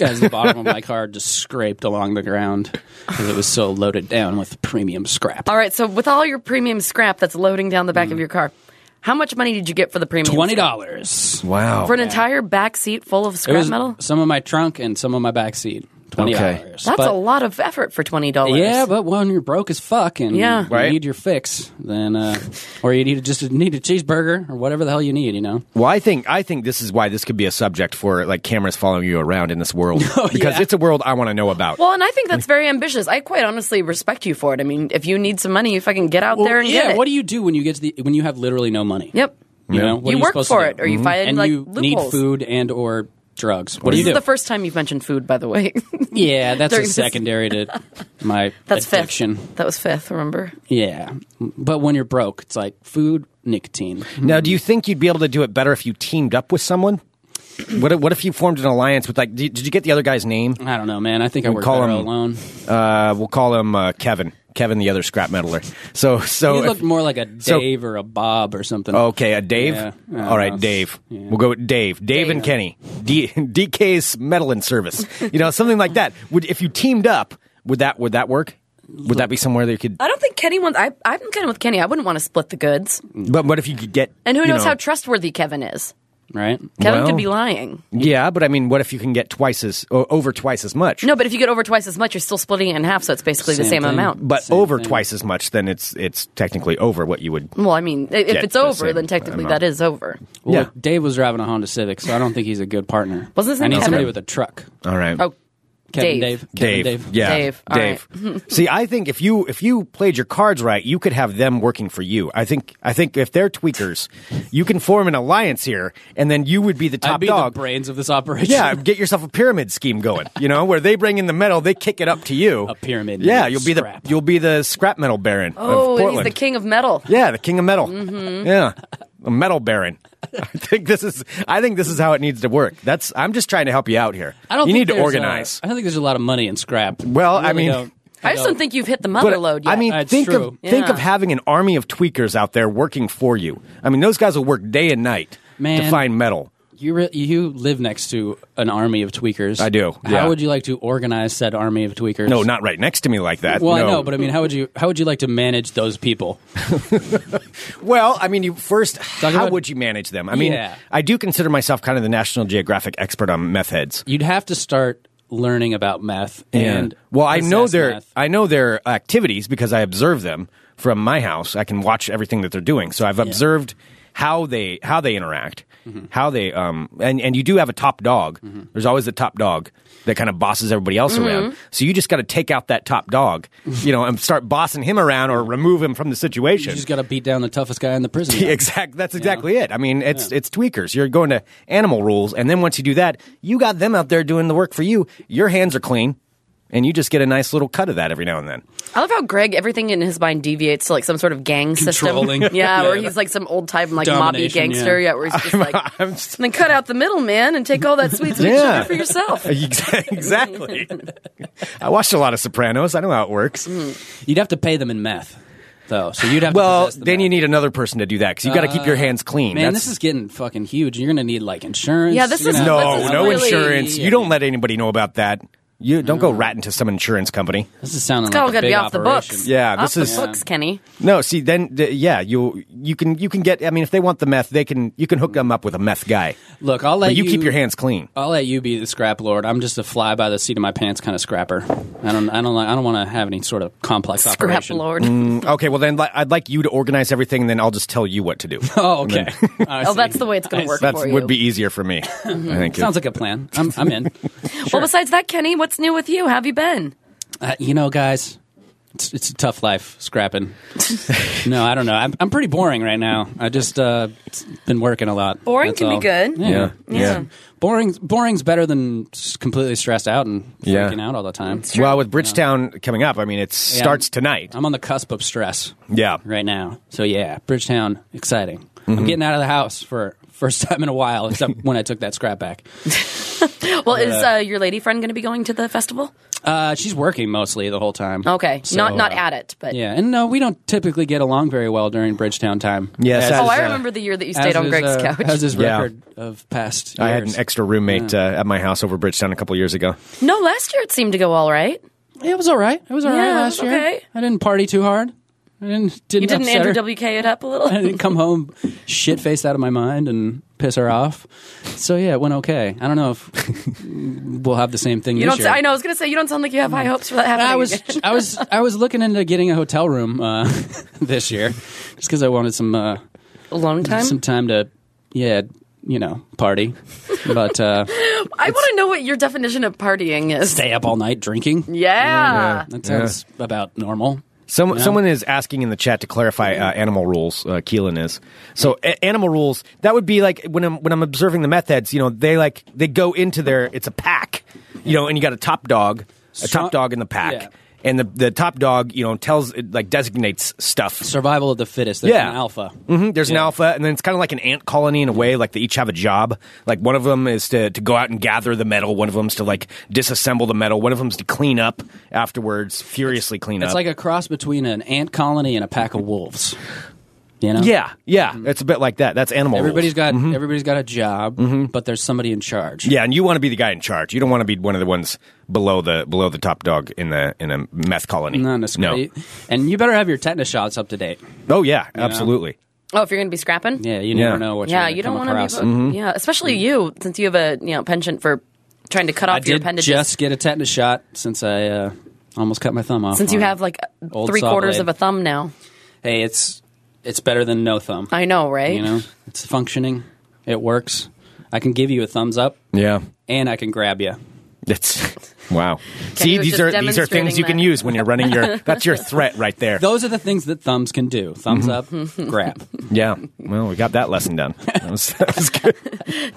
Speaker 8: as the bottom of my car just scraped along the ground because it was so loaded down with premium scrap.
Speaker 7: All right. So with all your premium scrap that's loading down the back of your car, how much money did you get for the premium?
Speaker 8: Mm. Twenty
Speaker 7: scrap?
Speaker 8: dollars.
Speaker 1: wow.
Speaker 7: for an entire back seat full of
Speaker 8: It
Speaker 7: scrap
Speaker 8: was
Speaker 7: metal.
Speaker 8: some of my trunk and some of my back seat. Twenty
Speaker 1: Okay.
Speaker 8: dollars.
Speaker 7: That's a lot of effort for twenty dollars.
Speaker 8: Yeah, but when you're broke as fuck and
Speaker 7: Yeah.
Speaker 8: you
Speaker 1: Right.
Speaker 8: need your fix, then uh, or you need just need a cheeseburger or whatever the hell you need, you know.
Speaker 1: Well, I think I think this is why this could be a subject for like cameras following you around in this world because
Speaker 8: yeah.
Speaker 1: it's a world I want to know about.
Speaker 7: Oh, Well, and I think that's very ambitious. I quite honestly respect you for it. I mean, if you need some money, you fucking get out there and
Speaker 8: yeah,
Speaker 7: get it.
Speaker 8: what do you do when you get to the when you have literally no money?
Speaker 7: Yep.
Speaker 8: You know, what
Speaker 7: You
Speaker 8: are you
Speaker 7: work
Speaker 8: supposed
Speaker 7: for
Speaker 8: to
Speaker 7: it,
Speaker 8: do?
Speaker 7: or
Speaker 1: Mm-hmm.
Speaker 7: you find,
Speaker 8: and
Speaker 7: like,
Speaker 8: you need
Speaker 7: loopholes.
Speaker 8: food and or drugs. What do
Speaker 7: This
Speaker 8: you
Speaker 7: is
Speaker 8: do?
Speaker 7: the first time you've mentioned food, by the way.
Speaker 8: Yeah, that's
Speaker 7: During
Speaker 8: a
Speaker 7: this-
Speaker 8: secondary to my
Speaker 7: That's
Speaker 8: addiction.
Speaker 7: fifth. That was fifth. Remember?
Speaker 8: Yeah, but when you're broke, it's like food, nicotine.
Speaker 1: now, do you think you'd be able to do it better if you teamed up with someone? What if, what if you formed an alliance with like? Did, did you get the other guy's name?
Speaker 8: I don't know, man. I think I work
Speaker 1: call
Speaker 8: better
Speaker 1: him-
Speaker 8: alone.
Speaker 1: Uh, we'll call him uh, Kevin. Kevin, the other scrap metaler. So,
Speaker 8: You
Speaker 1: so
Speaker 8: look
Speaker 1: if-
Speaker 8: more like a
Speaker 1: so- Oh.
Speaker 8: Dave or a Bob or something.
Speaker 1: okay, a Dave.
Speaker 8: Yeah, I
Speaker 1: All right,
Speaker 8: don't know.
Speaker 1: Dave.
Speaker 8: Yeah.
Speaker 1: We'll go with Dave. Dave, and Kenny. D, DK's metaling service. You know, something like that. Would if you teamed up? Would that would that work? Would that be somewhere that you could?
Speaker 7: I don't think Kenny wants. I, I'm kind of with Kenny. I wouldn't want to split the goods.
Speaker 1: But what if you could get?
Speaker 7: And who
Speaker 1: you
Speaker 7: knows
Speaker 1: know-
Speaker 7: how trustworthy Kevin is?
Speaker 8: right?
Speaker 7: Kevin
Speaker 1: Well-
Speaker 7: could be lying.
Speaker 1: Yeah, but I mean, what if you can get twice as o- over twice as much?
Speaker 7: No, but if you get over twice as much, you're still splitting it in half, so it's basically the
Speaker 8: Same
Speaker 7: same
Speaker 8: thing.
Speaker 7: amount.
Speaker 1: but
Speaker 8: Same
Speaker 1: over
Speaker 8: thing.
Speaker 1: twice as much, then it's it's technically over what you would.
Speaker 7: Well, I mean, i- if
Speaker 1: Yeah,
Speaker 7: it's
Speaker 1: the
Speaker 7: over,
Speaker 1: same
Speaker 7: then technically
Speaker 1: amount.
Speaker 7: that is over.
Speaker 8: Well,
Speaker 1: Yeah.
Speaker 8: look, Dave was driving a Honda Civic, so I don't think he's a good partner.
Speaker 7: Wasn't his
Speaker 8: I
Speaker 7: name
Speaker 8: need
Speaker 7: Kevin?
Speaker 8: somebody with a truck.
Speaker 1: All right.
Speaker 7: Oh,
Speaker 8: Kevin
Speaker 7: Dave.
Speaker 8: Dave. Kevin
Speaker 1: Dave.
Speaker 8: Dave.
Speaker 1: Yeah.
Speaker 7: Dave. All
Speaker 1: Dave. See, I think if you if you played your cards right, you could have them working for you. I think I think if they're tweakers, you can form an alliance here, and then you would be the top
Speaker 8: I'd be
Speaker 1: dog.
Speaker 8: the brains of this operation.
Speaker 1: yeah, get yourself a pyramid scheme going. You know, where they bring in the metal, they kick it up to you.
Speaker 8: A pyramid
Speaker 1: Yeah,
Speaker 8: made of
Speaker 1: you'll be
Speaker 8: scrap.
Speaker 1: the you'll be the scrap metal baron.
Speaker 7: oh,
Speaker 1: of
Speaker 7: and he's
Speaker 1: Portland.
Speaker 7: the king Mm-hmm. of metal.
Speaker 1: Yeah, the king of metal. Yeah, a metal baron. I think this is. I think this is how it needs to work. That's. I'm just trying to help you out here.
Speaker 8: I don't.
Speaker 1: You need
Speaker 8: think
Speaker 1: to
Speaker 8: there's, uh,
Speaker 1: organize.
Speaker 8: I don't think there's a lot of money in scrap.
Speaker 1: Well, I
Speaker 8: really
Speaker 1: mean-
Speaker 8: don't.
Speaker 7: I just don't think you've hit the mother load yet.
Speaker 1: I mean,
Speaker 8: That's
Speaker 1: think of
Speaker 8: true.
Speaker 1: think of
Speaker 7: Yeah.
Speaker 1: having an army of tweakers out there working for you. I mean, those guys will work day and night
Speaker 8: Man.
Speaker 1: to find metal.
Speaker 8: You re- you live next to an army of tweakers.
Speaker 1: I do,
Speaker 8: How
Speaker 1: yeah.
Speaker 8: would you like to organize said army of tweakers?
Speaker 1: No, not right next to me like that.
Speaker 8: Well,
Speaker 1: no.
Speaker 8: I know, but I mean, how would you how would you like to manage those people?
Speaker 1: Well, I mean, you first,
Speaker 8: Talk
Speaker 1: how
Speaker 8: about-
Speaker 1: would you manage them? I mean,
Speaker 8: Yeah.
Speaker 1: I do consider myself kind of the National Geographic expert on meth heads.
Speaker 8: You'd have to start learning about meth and
Speaker 1: well, I know
Speaker 8: assess
Speaker 1: their
Speaker 8: meth.
Speaker 1: I know their activities because I observe them from my house. I can watch everything that they're doing, so I've observed how they how they interact,
Speaker 8: Mm-hmm.
Speaker 1: how they um and and you do have a top dog. There's always a top dog that kind of bosses everybody else
Speaker 8: Mm-hmm.
Speaker 1: around. So you just got to take out that top dog, you know, and start bossing him around or remove him from the
Speaker 8: You
Speaker 1: situation.
Speaker 8: just got to beat down the toughest guy in the prison.
Speaker 1: Yeah, exact. That's exactly it. I mean, it's it's tweakers. You're going to animal rules, and then once you do that, you got them out there doing the work for you. Your hands are clean, and you just get a nice little cut of that every now and then.
Speaker 7: I love how Greg everything in his mind deviates to like some sort of gang system.
Speaker 8: Controlling.
Speaker 7: Yeah,
Speaker 8: Yeah.
Speaker 7: where he's like some old time like mobby
Speaker 8: Domination,
Speaker 7: gangster. Yeah.
Speaker 8: yeah.
Speaker 7: where he's just like and then cut out the middleman and take all that sweet sweet
Speaker 1: Yeah.
Speaker 7: sugar for yourself.
Speaker 1: Exa- exactly. I watched a lot of Sopranos. I know how it works.
Speaker 8: Mm, You'd have to pay them in meth, though. So you'd have to
Speaker 1: Well,
Speaker 8: possess the
Speaker 1: then
Speaker 8: meth.
Speaker 1: you need another person to do that because you got to keep your hands clean.
Speaker 8: Uh, Man,
Speaker 1: That's-
Speaker 8: this is getting fucking huge. You're gonna need like insurance.
Speaker 7: Yeah, this
Speaker 8: You're
Speaker 7: is-
Speaker 8: gonna-
Speaker 1: no,
Speaker 7: this is
Speaker 1: no
Speaker 7: really-
Speaker 1: insurance. You don't let anybody know about that. You don't
Speaker 8: Mm.
Speaker 1: go ratting to some insurance company.
Speaker 8: This is sounding
Speaker 7: It's all
Speaker 8: like a
Speaker 7: gonna
Speaker 8: big
Speaker 7: be off the
Speaker 8: operation.
Speaker 7: books.
Speaker 1: Yeah, this
Speaker 7: off
Speaker 1: is-
Speaker 7: the books, Kenny.
Speaker 1: No, see, then th- yeah, you you can you can get. I mean, if they want the meth, they can. You can hook them up with a meth guy.
Speaker 8: Look, I'll let
Speaker 1: But you keep your hands clean.
Speaker 8: I'll let you be the scrap lord. I'm just a fly by the seat of my pants kind of scrapper. I don't. I don't. like- I don't want to have any sort of complex
Speaker 7: Scrap
Speaker 8: operation.
Speaker 7: Lord.
Speaker 1: Mm, Okay, well then li- I'd like you to organize everything, and then I'll just tell you what to do.
Speaker 8: Oh, okay. I
Speaker 7: Oh,
Speaker 8: see.
Speaker 7: that's the way it's going
Speaker 8: I
Speaker 7: to work
Speaker 1: That
Speaker 7: for you.
Speaker 1: would be easier for me. I think.
Speaker 8: Sounds like a plan. I'm, I'm in.
Speaker 7: Well, besides that, Kenny, what's new with you? How have you been?
Speaker 8: Uh, you know, guys, it's, it's a tough life scrapping. no, I don't know. I'm, I'm pretty boring right now. I just uh, it's been working a lot.
Speaker 7: Boring
Speaker 8: That's
Speaker 7: can be
Speaker 8: all.
Speaker 7: good.
Speaker 1: yeah,
Speaker 7: Yeah.
Speaker 8: Boring's boring's better than s- completely stressed out and
Speaker 1: Yeah.
Speaker 8: freaking out all the time.
Speaker 1: Well, with Bridgetown coming up, I mean it
Speaker 8: Yeah,
Speaker 1: starts
Speaker 8: I'm-
Speaker 1: tonight.
Speaker 8: I'm on the cusp of stress
Speaker 1: yeah,
Speaker 8: right now. So yeah, Bridgetown, exciting.
Speaker 1: Mm-hmm.
Speaker 8: I'm getting out of the house for first time in a while, except when I took that scrap back.
Speaker 7: Well, is uh, your lady friend going to be going to the festival?
Speaker 8: Uh, she's working mostly the whole time.
Speaker 7: Okay,
Speaker 8: So,
Speaker 7: not not
Speaker 8: uh,
Speaker 7: at it, but
Speaker 8: Yeah, and no, we don't typically get along very well during Bridgetown time.
Speaker 1: Yes,
Speaker 8: As
Speaker 1: as-
Speaker 7: oh, I
Speaker 8: is, uh,
Speaker 7: remember the year that you
Speaker 8: as
Speaker 7: stayed on
Speaker 8: is,
Speaker 7: Greg's
Speaker 8: uh,
Speaker 7: couch.
Speaker 8: As is
Speaker 1: Yeah.
Speaker 8: record of past years.
Speaker 1: I had an extra roommate uh, at my house over Bridgetown a couple years ago.
Speaker 7: no, last year it seemed to go all right.
Speaker 8: It was all right. It was all right
Speaker 7: Yeah, it
Speaker 8: last
Speaker 7: was
Speaker 8: year.
Speaker 7: okay.
Speaker 8: I didn't party too hard. I didn't. didn't
Speaker 7: You didn't
Speaker 8: upset
Speaker 7: Andrew
Speaker 8: her.
Speaker 7: WK it up a
Speaker 8: I
Speaker 7: little.
Speaker 8: didn't come home shit faced out of my mind and piss her off. So yeah, it went okay. I don't know if we'll have the same thing
Speaker 7: You
Speaker 8: this
Speaker 7: don't.
Speaker 8: year.
Speaker 7: sa- I know. I was going to say you don't sound like you have high hopes for that happening.
Speaker 8: I was
Speaker 7: again.
Speaker 8: I was I was looking into getting a hotel room uh, this year just because I wanted some uh,
Speaker 7: alone time.
Speaker 8: some time to yeah you know party, but uh,
Speaker 7: I want to know what your definition of partying is.
Speaker 8: stay up all night drinking.
Speaker 7: Yeah.
Speaker 8: That sounds about normal.
Speaker 1: Some,
Speaker 8: Yeah.
Speaker 1: Someone is asking in the chat to clarify uh, animal rules. Uh, Keelan is so a- animal rules. That would be like when I'm when I'm observing the methods. You know, they like they go into their. It's a pack, you know, and you got a top dog, a
Speaker 8: Strong-
Speaker 1: top dog in the pack,
Speaker 8: Yeah.
Speaker 1: and the the top dog, you know, tells it, like designates stuff.
Speaker 8: Survival of the fittest. There's
Speaker 1: Yeah.
Speaker 8: an alpha.
Speaker 1: hmm There's an alpha, and then it's kind of like an ant colony in a way. Like they each have a job. Like one of them is to, to go out and gather the metal. One of them's to like disassemble the metal. One of them's to clean up afterwards, furiously clean
Speaker 8: It's
Speaker 1: up.
Speaker 8: like a cross between an ant colony and a pack of wolves. You know?
Speaker 1: yeah, yeah,
Speaker 7: Mm-hmm.
Speaker 1: it's a bit like that. That's animal.
Speaker 8: Everybody's
Speaker 1: Everybody's
Speaker 8: got everybody's got a job, but there's somebody in charge.
Speaker 1: Mm-hmm. yeah, and you want to be the guy in charge. You don't want to be one of the ones below the below the top dog in the in a meth colony.
Speaker 8: Not necessarily. And you better have your tetanus shots up to date.
Speaker 1: Oh yeah, absolutely.
Speaker 7: Oh, if you're going to be scrapping.
Speaker 8: Yeah, you
Speaker 1: Yeah.
Speaker 8: never know what.
Speaker 7: Yeah,
Speaker 8: you're
Speaker 7: you don't
Speaker 8: want
Speaker 7: want to be.
Speaker 8: Mm-hmm.
Speaker 7: Yeah, especially you, since you have a you know penchant for trying to cut off
Speaker 8: I
Speaker 7: your
Speaker 8: did
Speaker 7: appendages.
Speaker 8: just get a tetanus shot since I uh, almost cut my thumb off.
Speaker 7: since you
Speaker 8: on it.
Speaker 7: have like
Speaker 8: Old
Speaker 7: three
Speaker 8: saw
Speaker 7: quarters
Speaker 8: blade.
Speaker 7: of a thumb now.
Speaker 8: hey, it's it's better than no thumb.
Speaker 7: I know, right?
Speaker 8: You know, it's functioning. It works. I can give you a thumbs up,
Speaker 1: Yeah,
Speaker 8: and I can grab you.
Speaker 1: that's wow. See,
Speaker 7: was
Speaker 1: these
Speaker 7: just
Speaker 1: are these are things you can
Speaker 7: demonstrating that.
Speaker 1: use when you're running your. that's your threat right there.
Speaker 8: Those are the things that thumbs can do. Thumbs
Speaker 1: Mm-hmm.
Speaker 8: up, grab.
Speaker 1: Yeah. Well, we got that lesson done. That was, that was good.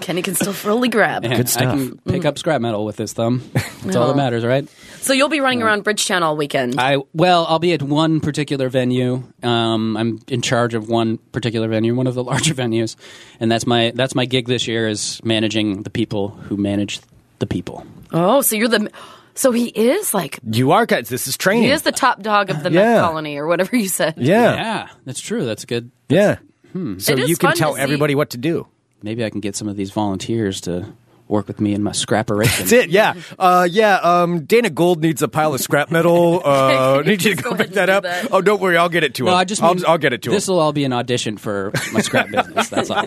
Speaker 7: Kenny can still fully grab.
Speaker 8: And I can pick
Speaker 1: Mm-hmm.
Speaker 8: up scrap metal with this thumb. That's
Speaker 1: Oh.
Speaker 8: all that matters, right?
Speaker 7: So you'll be running around Bridgetown all weekend.
Speaker 8: I well, I'll be at one particular venue. Um, I'm in charge of one particular venue, one of the larger venues, and that's my that's my gig this year is managing the people who manage the people.
Speaker 7: oh, so you're the. So he is like
Speaker 1: You are guys. This is training.
Speaker 7: he is the top dog of the
Speaker 1: Yeah.
Speaker 7: meth colony or whatever you said.
Speaker 1: yeah.
Speaker 8: Yeah, that's true. That's good.
Speaker 1: Yeah. So
Speaker 7: Hmm. It is
Speaker 1: you can
Speaker 7: fun
Speaker 1: tell
Speaker 7: to see.
Speaker 1: everybody what to do.
Speaker 8: maybe I can get some of these volunteers to work with me in my scrapperation.
Speaker 1: That's it. Yeah. Uh, yeah. Um, Dana Gold needs a pile of scrap metal. Uh,
Speaker 7: Okay,
Speaker 1: need you to
Speaker 7: just
Speaker 1: go
Speaker 7: go
Speaker 1: pick
Speaker 7: ahead
Speaker 1: that
Speaker 7: and
Speaker 1: up.
Speaker 7: do that.
Speaker 1: Oh, don't worry. I'll get it to him.
Speaker 8: No, I just
Speaker 1: I'll,
Speaker 8: mean,
Speaker 1: I'll get it to
Speaker 8: This
Speaker 1: him.
Speaker 8: will all be an audition for my scrap business. That's all.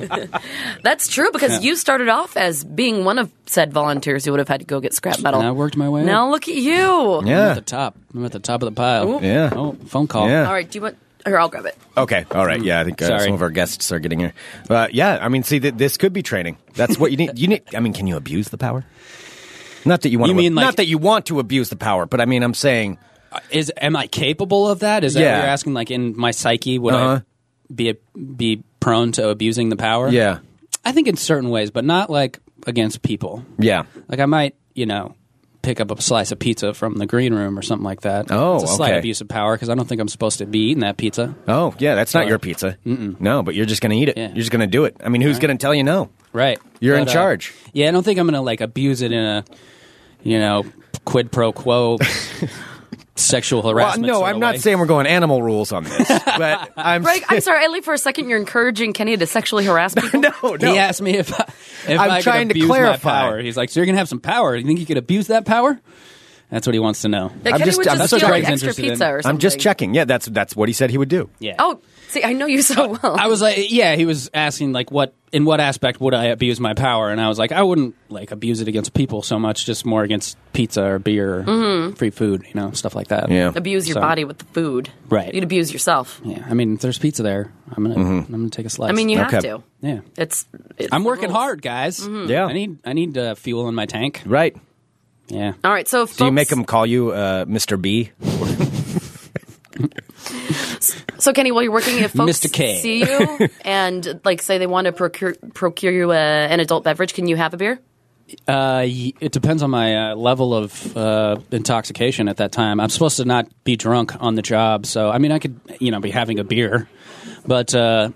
Speaker 7: That's true because you started off as being one of said volunteers who would have had to go get scrap metal.
Speaker 8: And I worked my way up.
Speaker 7: Now look at you.
Speaker 8: I'm at
Speaker 1: Yeah.
Speaker 8: the top. I'm at the top of the pile.
Speaker 1: Yeah.
Speaker 8: Oh, phone call.
Speaker 1: Yeah.
Speaker 7: All right, do you want? Here, I'll grab it.
Speaker 1: Okay. All right. Yeah. I think uh,
Speaker 8: Mm, Sorry.
Speaker 1: some of our guests are getting here. Uh, yeah. I mean, see, th- this could be training. That's what you need. You need. I mean, can you abuse the power? Not that you want.
Speaker 8: You
Speaker 1: to,
Speaker 8: mean, like-
Speaker 1: not that you want to abuse the power, but I mean, I'm saying.
Speaker 8: Is am I capable of that? Is that
Speaker 1: Yeah.
Speaker 8: what you're asking? Like in my psyche, would
Speaker 1: Uh-huh.
Speaker 8: I be be prone to abusing the power?
Speaker 1: Yeah.
Speaker 8: I think in certain ways, but not like against people.
Speaker 1: Yeah.
Speaker 8: Like I might, you know, pick up a slice of pizza from the green room or something like that.
Speaker 1: Oh,
Speaker 8: it's a slight
Speaker 1: okay.
Speaker 8: abuse of power because I don't think I'm supposed to be eating that pizza.
Speaker 1: Oh, yeah. That's not your pizza. No, but you're just gonna eat it.
Speaker 8: Yeah.
Speaker 1: You're just gonna do it. I mean, who's gonna tell you no?
Speaker 8: Right.
Speaker 1: You're in
Speaker 8: uh,
Speaker 1: charge.
Speaker 8: yeah, I don't think I'm gonna like abuse it in a, you know, quid pro quo. Sexual
Speaker 1: Well,
Speaker 8: harassment.
Speaker 1: no,
Speaker 8: sort
Speaker 1: I'm
Speaker 8: of
Speaker 1: not
Speaker 8: way.
Speaker 1: saying we're going animal rules on this, but I'm.
Speaker 7: Greg, I'm sorry, I leave for a second. You're encouraging Kenny to sexually harass people.
Speaker 1: no, no.
Speaker 8: He asked me if, I, if
Speaker 1: I'm
Speaker 8: I could
Speaker 1: trying to
Speaker 8: abuse
Speaker 1: clarify.
Speaker 8: my power. He's like, "So you're gonna have some power? You think you could abuse that power?" That's what he wants to know.
Speaker 7: That
Speaker 1: I'm
Speaker 7: Kenny
Speaker 1: just-
Speaker 7: would
Speaker 1: I'm
Speaker 7: just,
Speaker 8: just
Speaker 7: steal
Speaker 8: Greg's
Speaker 7: an extra
Speaker 8: interested in-
Speaker 7: pizza or something.
Speaker 1: I'm just checking. Yeah, that's that's what he said he would do.
Speaker 8: Yeah.
Speaker 7: Oh, see, I know you so well.
Speaker 8: I was like, yeah. He was asking like, what in what aspect would I abuse my power? And I was like, I wouldn't like abuse it against people so much, just more against pizza or beer, or
Speaker 7: Mm-hmm.
Speaker 8: free food, you know, stuff like that.
Speaker 1: Yeah.
Speaker 7: abuse your
Speaker 8: So-
Speaker 7: body with the food.
Speaker 8: Right.
Speaker 7: You'd abuse yourself.
Speaker 8: Yeah. I mean, if there's pizza there, I'm gonna
Speaker 1: Mm-hmm.
Speaker 8: I'm gonna take a slice.
Speaker 7: I mean, you have
Speaker 1: Okay.
Speaker 7: to.
Speaker 8: yeah.
Speaker 7: It's, it's
Speaker 8: I'm
Speaker 7: the
Speaker 8: working
Speaker 7: rules.
Speaker 8: hard, guys.
Speaker 1: Yeah.
Speaker 8: I need I need uh, fuel in my tank.
Speaker 1: Right.
Speaker 8: Yeah.
Speaker 7: All right, so
Speaker 1: Do you make him call you uh, Mr. B?
Speaker 7: So Kenny, while you're working, if folks
Speaker 8: Mr. K.
Speaker 7: see you and like say they want to procure procure you a, an adult beverage, can you have a beer?
Speaker 8: Uh, y- it depends on my uh, level of uh, intoxication at that time. I'm supposed to not be drunk on the job, so I mean, I could you know be having a beer, but uh,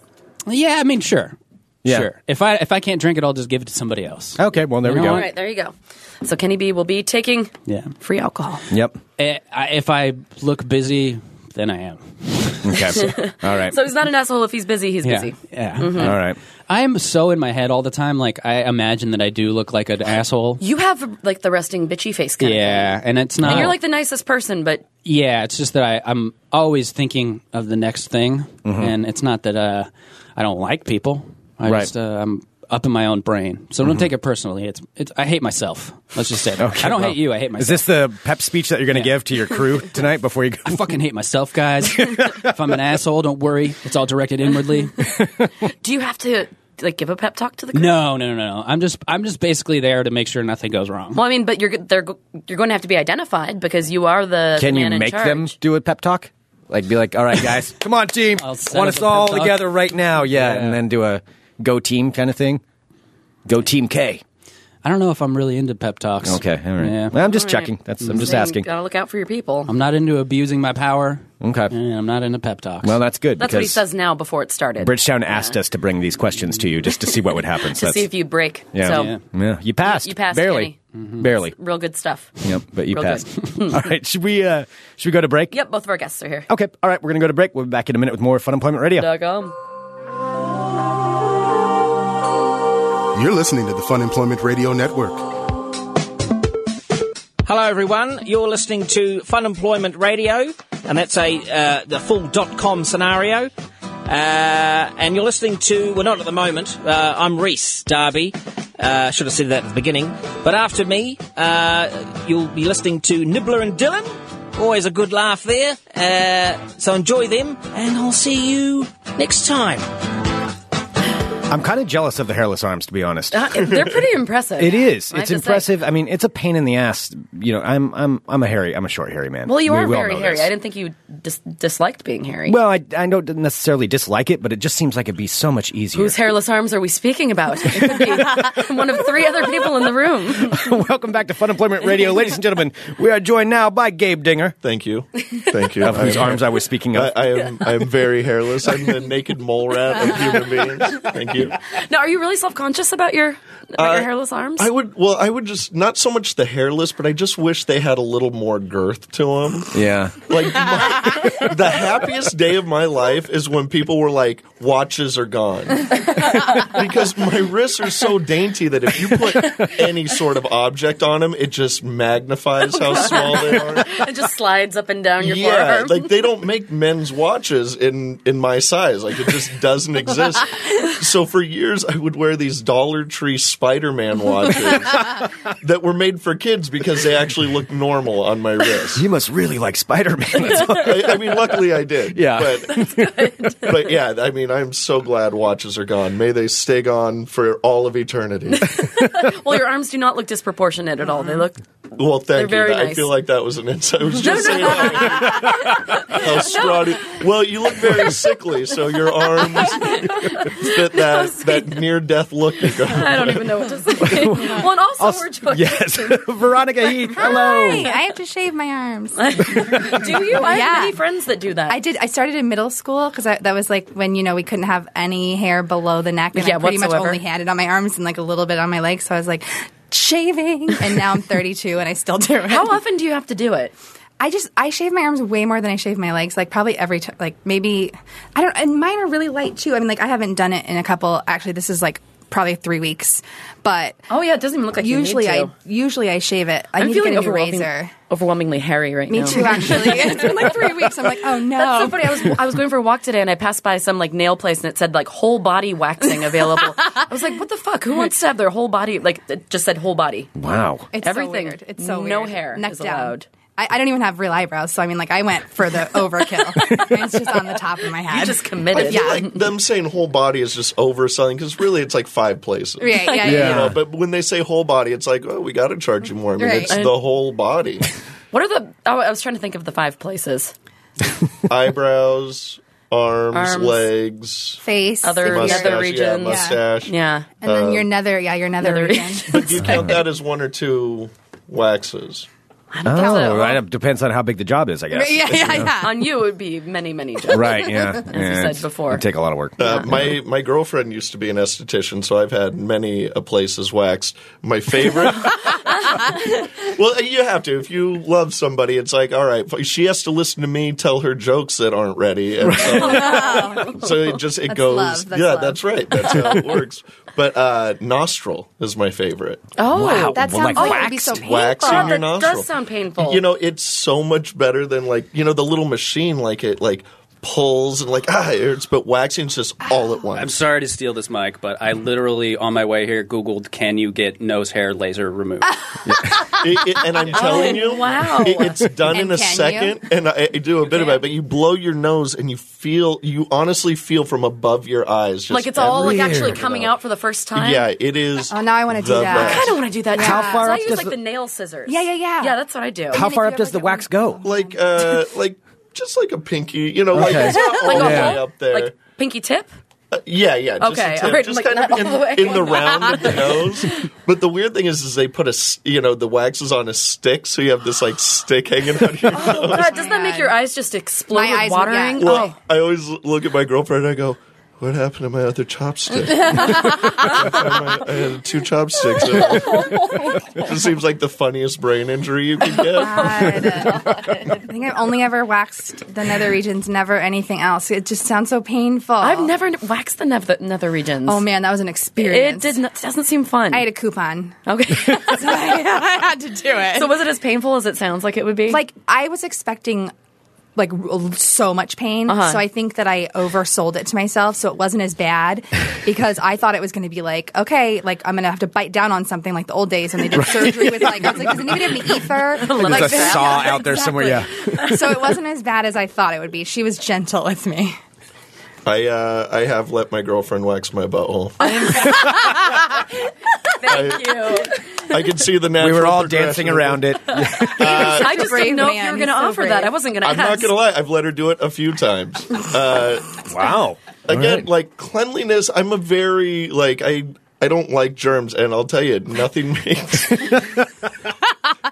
Speaker 8: yeah, I mean, sure,
Speaker 1: Yeah.
Speaker 8: sure. If I if I can't drink it, I'll just give it to somebody else.
Speaker 1: Okay. Well, there
Speaker 8: You
Speaker 1: we
Speaker 8: know
Speaker 1: go.
Speaker 7: All right, there you go. So Kenny B will be taking
Speaker 8: Yeah.
Speaker 7: free alcohol.
Speaker 1: Yep.
Speaker 8: Eh, I, if I look busy, then I am.
Speaker 1: Okay. All right.
Speaker 7: So he's not an asshole if he's busy. He's
Speaker 8: Yeah,
Speaker 7: busy.
Speaker 8: yeah.
Speaker 1: All right.
Speaker 8: Mm-hmm. I am so in my head all the time. Like I imagine that I do look like an asshole.
Speaker 7: You have like the resting bitchy face. Kind Of
Speaker 8: Yeah, and it's not.
Speaker 7: thing.
Speaker 1: Oh.
Speaker 7: You're like the nicest person, but
Speaker 8: Yeah, it's just that I, I'm always thinking of the next thing,
Speaker 1: Mm-hmm.
Speaker 8: and it's not that uh, I don't like people. I
Speaker 1: Right. Mm-hmm.
Speaker 8: just uh, I'm up in my own brain, so don't take it personally. It's, it's I hate myself. Let's just say that.
Speaker 1: Okay,
Speaker 8: I don't
Speaker 1: well,
Speaker 8: hate you. I hate myself.
Speaker 1: Is this the pep speech that you're going to
Speaker 8: Yeah.
Speaker 1: give to your crew tonight before you go?
Speaker 8: I fucking hate myself, guys. if I'm an asshole, don't worry. It's all directed inwardly.
Speaker 7: do you have to like give a pep talk to the? Crew?
Speaker 8: No, no, no, no. I'm just I'm just basically there to make sure nothing goes wrong.
Speaker 7: Well, I mean, but you're g- they're go- you're going to have to be identified because you are the
Speaker 1: Can
Speaker 7: the
Speaker 1: you
Speaker 7: man in
Speaker 1: make them
Speaker 7: charge.
Speaker 1: do a pep talk? Like, be like, all right, guys, come on, team.
Speaker 8: I'll set
Speaker 1: Want
Speaker 8: up
Speaker 1: us
Speaker 8: a pep
Speaker 1: all
Speaker 8: talk.
Speaker 1: together right now. Yeah,
Speaker 8: Yeah.
Speaker 1: And then do a go team kind of thing. Go team K.
Speaker 8: I don't know if I'm really into pep talks.
Speaker 1: Okay. All right.
Speaker 8: Yeah.
Speaker 1: Well, I'm just
Speaker 7: All right.
Speaker 1: checking. That's I'm just
Speaker 7: Then you
Speaker 1: asking. Um,
Speaker 7: Gotta look out for your people.
Speaker 8: I'm not into abusing my power.
Speaker 1: Okay.
Speaker 8: and I'm not into pep talks.
Speaker 1: Well, that's good.
Speaker 7: That's what he
Speaker 1: because
Speaker 7: says now before it started.
Speaker 1: Bridgetown asked us to bring these questions to you just to see what would happen.
Speaker 7: to
Speaker 1: so
Speaker 7: see
Speaker 1: that's-
Speaker 7: if you break.
Speaker 1: yeah.
Speaker 7: So
Speaker 1: yeah. You passed.
Speaker 7: You passed,
Speaker 1: Barely. Barely.
Speaker 7: real good stuff.
Speaker 1: Yep. But you
Speaker 7: Real
Speaker 1: passed. all right. Should we, uh, should we go to break?
Speaker 7: Yep, both of our guests are here.
Speaker 1: Okay. All right. We're going to go to break. We'll be back in a minute with more Fun Employment Radio.
Speaker 7: Doggone.
Speaker 2: You're listening to the Fun Employment Radio Network.
Speaker 6: Hello, everyone. You're listening to Fun Employment Radio, and that's a uh, the full dot com scenario. Uh, and you're listening to well, not at the moment. Uh, I'm Reese Darby. Uh, should have said that at the beginning. But after me, uh, you'll be listening to Nibbler and Dylan. Always a good laugh there. Uh, so enjoy them, and I'll see you next time.
Speaker 1: I'm kind of jealous of the hairless arms, to be honest.
Speaker 7: Uh, they're pretty impressive.
Speaker 1: It is.
Speaker 7: I have
Speaker 1: It's
Speaker 7: to say.
Speaker 1: impressive. I mean, it's a pain in the ass. You know, I'm I'm I'm a hairy. I'm a short hairy man.
Speaker 7: Well, you
Speaker 1: We-
Speaker 7: are
Speaker 1: we all
Speaker 7: very
Speaker 1: know
Speaker 7: hairy.
Speaker 1: this.
Speaker 7: I didn't think you dis- disliked being hairy.
Speaker 1: Well, I, I don't necessarily dislike it, but it just seems like it'd be so much easier.
Speaker 7: Whose hairless arms are we speaking about? It could be one of three other people in the room.
Speaker 1: Welcome back to Fun Employment Radio, ladies and gentlemen. We are joined now by Gabe Dinger,
Speaker 9: Thank you. Thank you.
Speaker 1: of whose
Speaker 9: I am-
Speaker 1: arms I was speaking of.
Speaker 9: I, I am I am very hairless. I'm the naked mole rat of human beings. Thank you.
Speaker 7: Now, are you really self conscious about your about your hairless arms?
Speaker 9: I would well, I would just not so much the hairless, but I just wish they had a little more girth to them.
Speaker 1: Yeah.
Speaker 9: Like my, the happiest day of my life is when people were like, "Watches are gone," because my wrists are so dainty that if you put any sort of object on them, it just magnifies how small they are.
Speaker 7: it just slides up and down your
Speaker 9: Yeah,
Speaker 7: forearm.
Speaker 9: like they don't make men's watches in in my size. Like it just doesn't exist. So for years, I would wear these Dollar Tree Spider Man watches that were made for kids because they actually look normal on my wrist.
Speaker 1: You must really like Spider Man.
Speaker 9: I, I mean, luckily I did.
Speaker 1: Yeah.
Speaker 9: but, but yeah, I mean, I'm so glad watches are gone. May they stay gone for all of eternity.
Speaker 7: well, your arms do not look disproportionate at all. They look
Speaker 9: Well, thank
Speaker 7: They're
Speaker 9: you.
Speaker 7: very
Speaker 9: I
Speaker 7: nice.
Speaker 9: feel like that was an insult. I was just saying how, how scrawny. Well, you look very sickly, so your arms fit that that near death look you got.
Speaker 7: I don't even know what to say. well, and also we're joking.
Speaker 1: yes. Veronica Heath, hello.
Speaker 10: Hi, I have to shave my arms.
Speaker 7: Do you? I have
Speaker 10: Yeah.
Speaker 7: many friends that do that.
Speaker 10: I did. I started in middle school because that was like when you know we couldn't have any hair below the neck, and
Speaker 7: Yeah,
Speaker 10: I pretty
Speaker 7: whatsoever.
Speaker 10: much only had it on my arms and like a little bit on my legs. So I was like shaving, and now I'm 32 and I still do it.
Speaker 7: How often do you have to do it?
Speaker 10: I just I shave my arms way more than I shave my legs. Like probably every time. Like maybe I don't. And mine are really light too. I mean, like I haven't done it in a couple. Actually, this is like probably three weeks, but.
Speaker 7: Oh yeah, it doesn't even look like
Speaker 10: Usually,
Speaker 7: you need to.
Speaker 10: I usually I shave it. I
Speaker 7: I'm
Speaker 10: need to
Speaker 7: feeling
Speaker 10: get a new
Speaker 7: overwhelming-
Speaker 10: razor.
Speaker 7: overwhelmingly hairy right
Speaker 10: Me
Speaker 7: now.
Speaker 10: too, actually. it's been like three weeks. I'm like, oh no.
Speaker 7: That's so funny. I was I was going for a walk today and I passed by some like nail place and it said like whole body waxing available. I was like, what the fuck? Who wants to have their whole body? Like it just said whole body.
Speaker 1: Wow.
Speaker 10: It's
Speaker 7: Everything.
Speaker 10: So weird. It's so
Speaker 7: No
Speaker 10: weird.
Speaker 7: hair
Speaker 10: Neck
Speaker 7: is
Speaker 10: down.
Speaker 7: allowed.
Speaker 10: I, I don't even have real eyebrows, so I mean, like, I went for the overkill. it's just on the top of my head.
Speaker 7: You just committed.
Speaker 10: Yeah.
Speaker 9: Like them saying whole body is just overselling because really it's like five places.
Speaker 10: Right, yeah, yeah,
Speaker 9: You
Speaker 10: yeah.
Speaker 9: know, but when they say whole body, it's like, oh, we got to charge you more. I mean,
Speaker 10: Right.
Speaker 9: it's the whole body
Speaker 7: What are the? Oh, I was trying to think of the five places.
Speaker 9: eyebrows, arms,
Speaker 7: Arms.
Speaker 9: legs,
Speaker 10: Face.
Speaker 7: Other-
Speaker 10: if you're-
Speaker 9: mustache,
Speaker 7: other
Speaker 9: yeah,
Speaker 7: regions.
Speaker 9: mustache.
Speaker 7: Yeah.
Speaker 10: And then your nether, yeah, your nether,
Speaker 7: Nether
Speaker 10: region.
Speaker 9: But do you count that as one or two waxes?
Speaker 1: Oh, right. It depends on how big the job is, I guess.
Speaker 10: yeah, yeah, yeah.
Speaker 7: On you it would be many, many jobs.
Speaker 1: Right, yeah. As
Speaker 7: you said before.
Speaker 1: It'd take a lot of work.
Speaker 9: Uh, my my girlfriend used to be an esthetician, so I've had many a places waxed. My favorite. well, you have to if you love somebody. It's like all right, she has to listen to me tell her jokes that aren't ready, and so, so it just it
Speaker 10: That's
Speaker 9: goes.
Speaker 10: love, that's
Speaker 9: yeah,
Speaker 10: love.
Speaker 9: that's right. That's how it works. But uh, nostril is my favorite.
Speaker 7: Oh,
Speaker 10: That sounds
Speaker 1: like
Speaker 10: like, it would be
Speaker 1: waxed-
Speaker 10: so painful.
Speaker 9: Waxing
Speaker 7: Oh,
Speaker 9: your
Speaker 7: that
Speaker 9: nostril
Speaker 7: does sound painful.
Speaker 9: You know, it's so much better than like you know the little machine, like it like pulls and like ah, it hurts. But waxing's just all at once.
Speaker 8: I'm sorry to steal this mic, but I literally on my way here Googled "Can you get nose hair laser removed?"
Speaker 9: It- it- and I'm telling you,
Speaker 7: Oh, wow.
Speaker 9: it- it's done
Speaker 10: And
Speaker 9: in a
Speaker 10: can you?
Speaker 9: second. And I, I do a bit of it, but you blow your nose and you feel, you honestly feel from above your eyes, just
Speaker 7: like it's all like
Speaker 9: everything
Speaker 7: actually
Speaker 9: coming
Speaker 7: coming
Speaker 9: out.
Speaker 7: out for the first time.
Speaker 9: Yeah, it is.
Speaker 10: Oh, now I wanna do
Speaker 9: the
Speaker 10: that.
Speaker 9: best.
Speaker 7: I don't want to do that.
Speaker 10: How far
Speaker 7: so I
Speaker 1: up
Speaker 7: use
Speaker 1: does
Speaker 7: like
Speaker 1: the-
Speaker 7: the nail scissors.
Speaker 10: Yeah, yeah, yeah.
Speaker 7: Yeah, that's what I do.
Speaker 1: how
Speaker 10: if
Speaker 1: far
Speaker 10: you
Speaker 1: up
Speaker 10: ever
Speaker 1: does the
Speaker 10: get
Speaker 1: wax go?
Speaker 9: Like, uh, like just like a pinky, you know, like
Speaker 1: Okay.
Speaker 9: it's not all
Speaker 7: like
Speaker 9: the
Speaker 7: a
Speaker 9: way
Speaker 7: whole-
Speaker 9: up there.
Speaker 7: like pinky tip.
Speaker 9: Yeah, yeah. Just
Speaker 7: Okay,
Speaker 9: a tip.
Speaker 7: all right,
Speaker 9: Just
Speaker 7: like,
Speaker 9: kind
Speaker 7: not
Speaker 9: of
Speaker 7: all
Speaker 9: in,
Speaker 7: the way.
Speaker 9: in the round of the nose. But the weird thing is, is they put a, s- you know, the wax is on a stick, so you have this like stick hanging out of your nose.
Speaker 7: God, doesn't that
Speaker 10: my
Speaker 7: make
Speaker 10: God.
Speaker 7: your eyes just explode
Speaker 10: My
Speaker 7: with Oh,
Speaker 10: eyes would-
Speaker 7: watering?
Speaker 10: yeah.
Speaker 9: Well, I always look at my girlfriend and I go, what happened to my other chopstick? I had two chopsticks. it just seems like the funniest brain injury you can get.
Speaker 10: God. I think I've only ever waxed the nether regions, never anything else. It just sounds so painful.
Speaker 7: I've never n- waxed the nether, nether regions.
Speaker 10: Oh man, that was an experience.
Speaker 7: it did not, doesn't seem fun.
Speaker 10: I had a coupon.
Speaker 7: okay,
Speaker 10: So I, I had to do it.
Speaker 7: so was it as painful as it sounds like it would be?
Speaker 10: like I was expecting like r- so much pain.
Speaker 1: Uh-huh.
Speaker 10: So I think that I oversold it to myself, so it wasn't as bad because I thought it was going to be like, okay, like I'm going to have to bite down on something like the old days when they did surgery with like, I was like, does anybody have any ether? like,
Speaker 1: There's a
Speaker 10: yeah,
Speaker 1: saw out there somewhere. Yeah.
Speaker 10: exactly. so it wasn't as bad as I thought it would be. She was gentle with me.
Speaker 9: I uh, I have let my girlfriend wax my butthole.
Speaker 7: Thank you.
Speaker 9: I can see the
Speaker 1: We
Speaker 9: natural.
Speaker 1: were all
Speaker 9: progression
Speaker 1: dancing
Speaker 9: of it.
Speaker 1: around it.
Speaker 7: I just
Speaker 10: brave
Speaker 7: didn't know if
Speaker 10: man.
Speaker 7: you were going
Speaker 10: He's
Speaker 7: to
Speaker 10: so
Speaker 7: offer that.
Speaker 10: brave.
Speaker 7: I wasn't going to.
Speaker 9: I'm not gonna lie. I've let her do it a few times. Uh,
Speaker 1: Wow.
Speaker 9: again, like cleanliness. I'm a very like I I don't like germs, and I'll tell you, nothing makes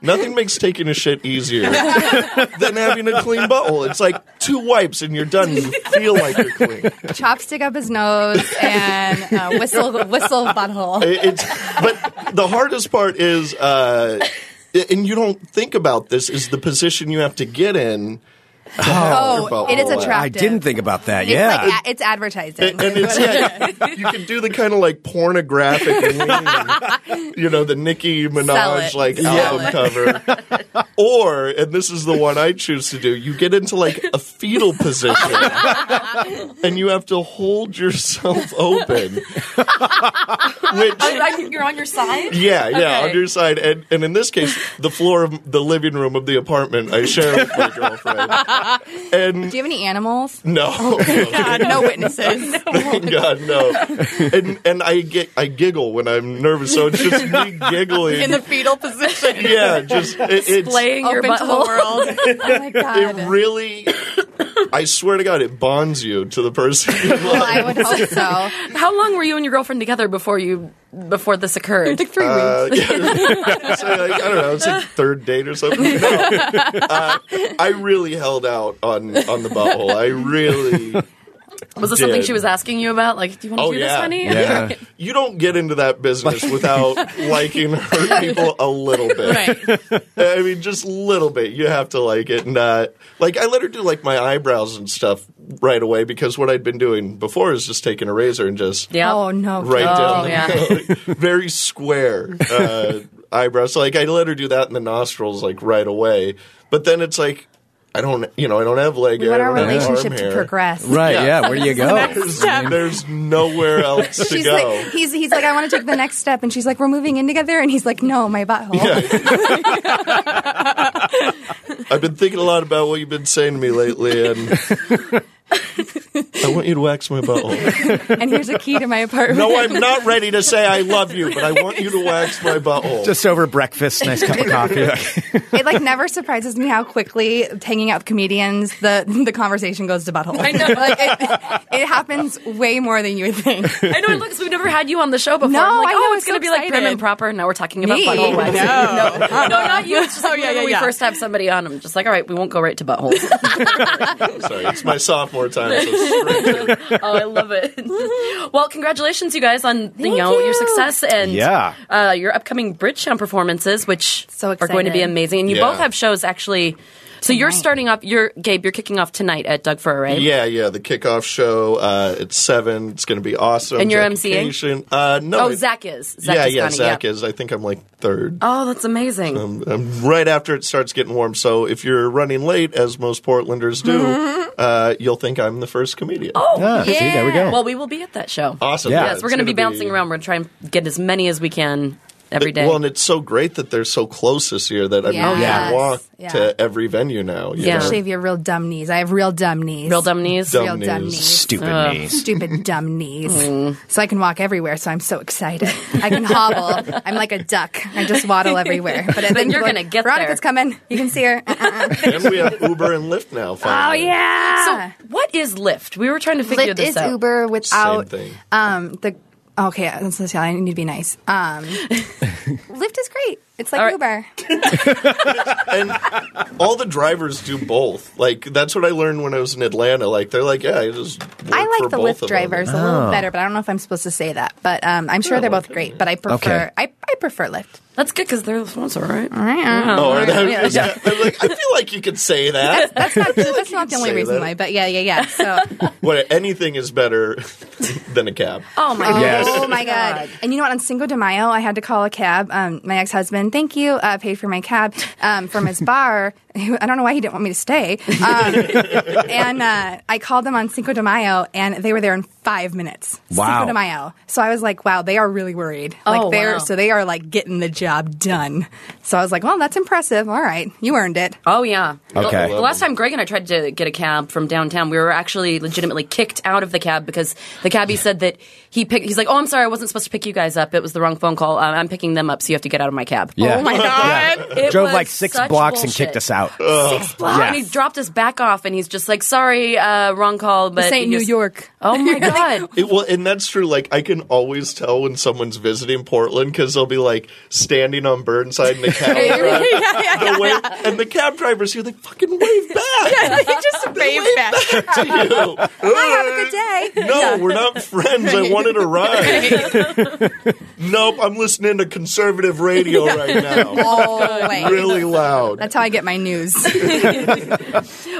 Speaker 9: Nothing makes taking a shit easier than having a clean butthole. It's like two wipes and you're done. You feel like you're clean. It,
Speaker 10: Chopstick up his nose and uh, whistle whistle butthole.
Speaker 9: it's but the hardest part is, uh, and you don't think about this, is the position you have to get in. to have your
Speaker 10: Oh, it is
Speaker 9: butthole out.
Speaker 10: attractive.
Speaker 1: I didn't think about that.
Speaker 10: It's
Speaker 1: yeah.
Speaker 10: like a- it's advertising.
Speaker 9: And, and it's yeah, you can do the kind of like pornographic, lean, you know, the Nicki
Speaker 10: Sell
Speaker 9: Minaj
Speaker 10: it.
Speaker 9: like
Speaker 10: Sell
Speaker 9: album
Speaker 10: it.
Speaker 9: cover, or and this is the one I choose to do. You get into like a fetal position, and you have to hold yourself open, which
Speaker 7: Oh,
Speaker 10: you're on your side.
Speaker 9: yeah, yeah,
Speaker 7: Okay.
Speaker 9: on your side. And, and in this case, the floor of the living room of the apartment I share with my girlfriend. And
Speaker 10: Do you have any animals?
Speaker 9: no,
Speaker 10: no witnesses.
Speaker 9: Thank God, no. And and I get I giggle when I'm nervous, so it's just me giggling.
Speaker 11: in the fetal position.
Speaker 9: yeah, just it, it's
Speaker 7: Playing your
Speaker 11: Open to the
Speaker 7: butthole.
Speaker 11: world.
Speaker 10: oh my god.
Speaker 9: it really. I swear to God, it bonds you to the person. You
Speaker 10: Well,
Speaker 9: love.
Speaker 10: I would hope so.
Speaker 7: How long were you and your girlfriend together before you before this occurred?
Speaker 10: Like three
Speaker 9: Uh, yeah. so like, I don't know, it's like third date or something. No. Uh, I really held out on on the butthole. I really
Speaker 7: Was this something
Speaker 9: did.
Speaker 7: she was asking you about? Like, do you want to
Speaker 9: Oh,
Speaker 7: do
Speaker 9: yeah.
Speaker 7: this, honey?
Speaker 1: Yeah.
Speaker 9: You don't get into that business without liking her people a little bit. I mean, just a little bit. You have to like it. And, uh, like, I let her do like my eyebrows and stuff right away because what I'd been doing before is just taking a razor and just
Speaker 7: Yeah.
Speaker 10: Oh no.
Speaker 9: right down the
Speaker 7: yeah.
Speaker 9: middle. very square uh, eyebrows. So, like, I let her do that in the nostrils like right away. But then it's like, I don't, you know, I don't have leg
Speaker 10: We
Speaker 9: hair.
Speaker 10: want
Speaker 9: I
Speaker 10: our
Speaker 9: don't have arm
Speaker 10: relationship to
Speaker 9: hair.
Speaker 10: progress.
Speaker 1: right, yeah. Where do you
Speaker 7: Oh,
Speaker 1: go?
Speaker 9: There's, there's nowhere else to
Speaker 10: She's
Speaker 9: go.
Speaker 10: like, he's, he's like, I want to take the next step. And she's like, we're moving in together. And he's like, no, my butthole.
Speaker 9: Yeah. I've been thinking a lot about what you've been saying to me lately, and I want you to wax my butthole.
Speaker 10: And here's a key to my apartment.
Speaker 9: No, I'm not ready to say I love you, but I want you to wax my butthole.
Speaker 1: Just over breakfast, nice cup of coffee.
Speaker 10: It like never surprises me how quickly hanging out with comedians, the, the conversation goes to butthole. I know. Like, it, it happens way more than you would think.
Speaker 7: I know it looks. We've never had you on the show before.
Speaker 10: No,
Speaker 7: I'm like,
Speaker 10: I
Speaker 7: oh,
Speaker 10: know,
Speaker 7: it's
Speaker 10: I'm
Speaker 7: going to
Speaker 10: so
Speaker 7: be like prim
Speaker 10: excited.
Speaker 7: and proper. Now we're talking about
Speaker 10: Me?
Speaker 7: butthole waxing.
Speaker 11: No.
Speaker 7: no, not you. It's just like
Speaker 11: Oh, yeah,
Speaker 7: whenever
Speaker 11: yeah,
Speaker 7: we
Speaker 11: yeah.
Speaker 7: first have somebody on, I'm just like, all right, we won't go right to buttholes. oh,
Speaker 9: Sorry, it's my sophomore time. So straight to-
Speaker 7: I love it. well, congratulations, you guys, on you know your
Speaker 10: you.
Speaker 7: success and
Speaker 1: Yeah.
Speaker 7: uh, your upcoming Bridgetown performances, which
Speaker 10: So
Speaker 7: are going to be
Speaker 10: excited.
Speaker 7: amazing. And you
Speaker 9: Yeah.
Speaker 7: both have shows actually. So you're starting off. You're Gabe. You're kicking off tonight at Doug Fur, right?
Speaker 9: yeah, yeah. The kickoff show uh, at seven. It's going to be awesome.
Speaker 7: And you're
Speaker 9: Jack
Speaker 7: emceeing?
Speaker 9: Cation- Uh, no.
Speaker 7: Oh,
Speaker 9: it-
Speaker 7: Zach is. Zach
Speaker 9: yeah,
Speaker 7: is
Speaker 9: yeah.
Speaker 7: Connie,
Speaker 9: Zach
Speaker 7: yeah.
Speaker 9: is. I think I'm like third.
Speaker 7: Oh, that's amazing.
Speaker 9: Um, um, right after it starts getting warm. So if you're running late, as most Portlanders do, uh, you'll think I'm the first comedian. Oh,
Speaker 1: Ah, see, there we go.
Speaker 7: Well, we will be at that show.
Speaker 9: awesome!
Speaker 1: Yeah.
Speaker 9: Yeah,
Speaker 1: Yes,
Speaker 7: Yes,
Speaker 9: it's
Speaker 7: we're going to
Speaker 9: gonna
Speaker 7: be bouncing around. We're going to try and get as many as we can every day.
Speaker 9: Well, and it's so great that they're so close this year that I mean, you
Speaker 10: Yes.
Speaker 9: can walk
Speaker 10: Yeah.
Speaker 9: to every venue now. you
Speaker 7: Yeah.
Speaker 9: know?
Speaker 10: Shave your real dumb knees. I have real dumb knees.
Speaker 7: Real dumb knees.
Speaker 9: Dumb
Speaker 10: Real dumb
Speaker 9: knees.
Speaker 10: knees.
Speaker 1: Stupid knees.
Speaker 10: Stupid dumb knees. So I can walk everywhere, so I'm so excited. I can hobble. I'm like a duck. I just waddle everywhere. But then
Speaker 7: you're
Speaker 10: people are
Speaker 7: gonna
Speaker 10: like,
Speaker 7: get there.
Speaker 10: Veronica's coming. You can see her. Uh-uh.
Speaker 9: and we have Uber and Lyft now.
Speaker 10: oh
Speaker 9: Finally.
Speaker 10: yeah.
Speaker 7: So, what is Lyft? We were trying to figure
Speaker 10: Lyft
Speaker 7: this
Speaker 10: is
Speaker 7: out.
Speaker 10: Uber without
Speaker 9: thing.
Speaker 10: um the okay. I'm so sorry, I need to be nice. Um, Lyft is great. It's like
Speaker 7: All right.
Speaker 10: Uber.
Speaker 9: and all the drivers do both. Like that's what I learned when I was in Atlanta. Like they're like, yeah, I just. Work
Speaker 10: I
Speaker 9: for
Speaker 10: like the
Speaker 9: both
Speaker 10: Lyft
Speaker 9: of them.
Speaker 10: drivers a little better, but I don't know if I'm supposed to say that. But um, I'm sure they're both great. But I prefer
Speaker 1: Okay.
Speaker 10: I, I prefer Lyft.
Speaker 7: That's good because they're the sponsor, right?
Speaker 9: Oh, are they- I'm like, I feel like you could say that.
Speaker 10: That's not that's not the only
Speaker 9: say
Speaker 10: reason
Speaker 9: that.
Speaker 10: why. But yeah, yeah, yeah. So oh
Speaker 9: what anything is better than a cab.
Speaker 7: Oh my god.
Speaker 1: Yes.
Speaker 10: Oh my god! And you know what? On Cinco de Mayo, I had to call a cab. Um, my ex-husband, thank you, uh, paid for my cab um, from his bar. I don't know why he didn't want me to stay. Um, and uh, I called them on Cinco de Mayo, and they were there in five minutes.
Speaker 1: Wow.
Speaker 10: Cinco de Mayo. So I was like, wow, they are really worried. Like
Speaker 7: Oh,
Speaker 10: they're
Speaker 7: wow.
Speaker 10: so they are like getting the job done. So I was like, well, that's impressive. All right, you earned it.
Speaker 7: Oh yeah.
Speaker 1: Okay.
Speaker 7: The, the last time Greg and I tried to get a cab from downtown, we were actually legitimately kicked out of the cab because the cabbie said that he picked. He's like, "Oh, I'm sorry, I wasn't supposed to pick you guys up. It was the wrong phone call. Um, I'm picking them up, so you have to get out of my cab."
Speaker 1: Yeah.
Speaker 10: Oh my god!
Speaker 7: It
Speaker 1: Drove
Speaker 7: was
Speaker 1: like six
Speaker 7: such
Speaker 1: blocks and
Speaker 7: bullshit.
Speaker 1: kicked us out.
Speaker 7: Six blocks.
Speaker 1: Yeah.
Speaker 7: And he dropped us back off, and he's just like, "Sorry, uh, wrong call." But
Speaker 10: This ain't
Speaker 7: he
Speaker 10: New
Speaker 7: just-
Speaker 10: York.
Speaker 7: Oh my god.
Speaker 9: It, well, and that's true. Like I can always tell when someone's visiting Portland because they'll be like, standing on Burnside and the cab
Speaker 7: Yeah,
Speaker 9: driver.
Speaker 7: yeah, yeah,
Speaker 9: the wave, and the cab driver's here, they fucking wave back
Speaker 10: they just wave back.
Speaker 9: to you.
Speaker 10: Hi, have a good day.
Speaker 9: No, we're not friends. I wanted a ride. nope, I'm listening to conservative radio right now.
Speaker 10: Always.
Speaker 9: Really loud.
Speaker 10: Oh, That's how I get my news.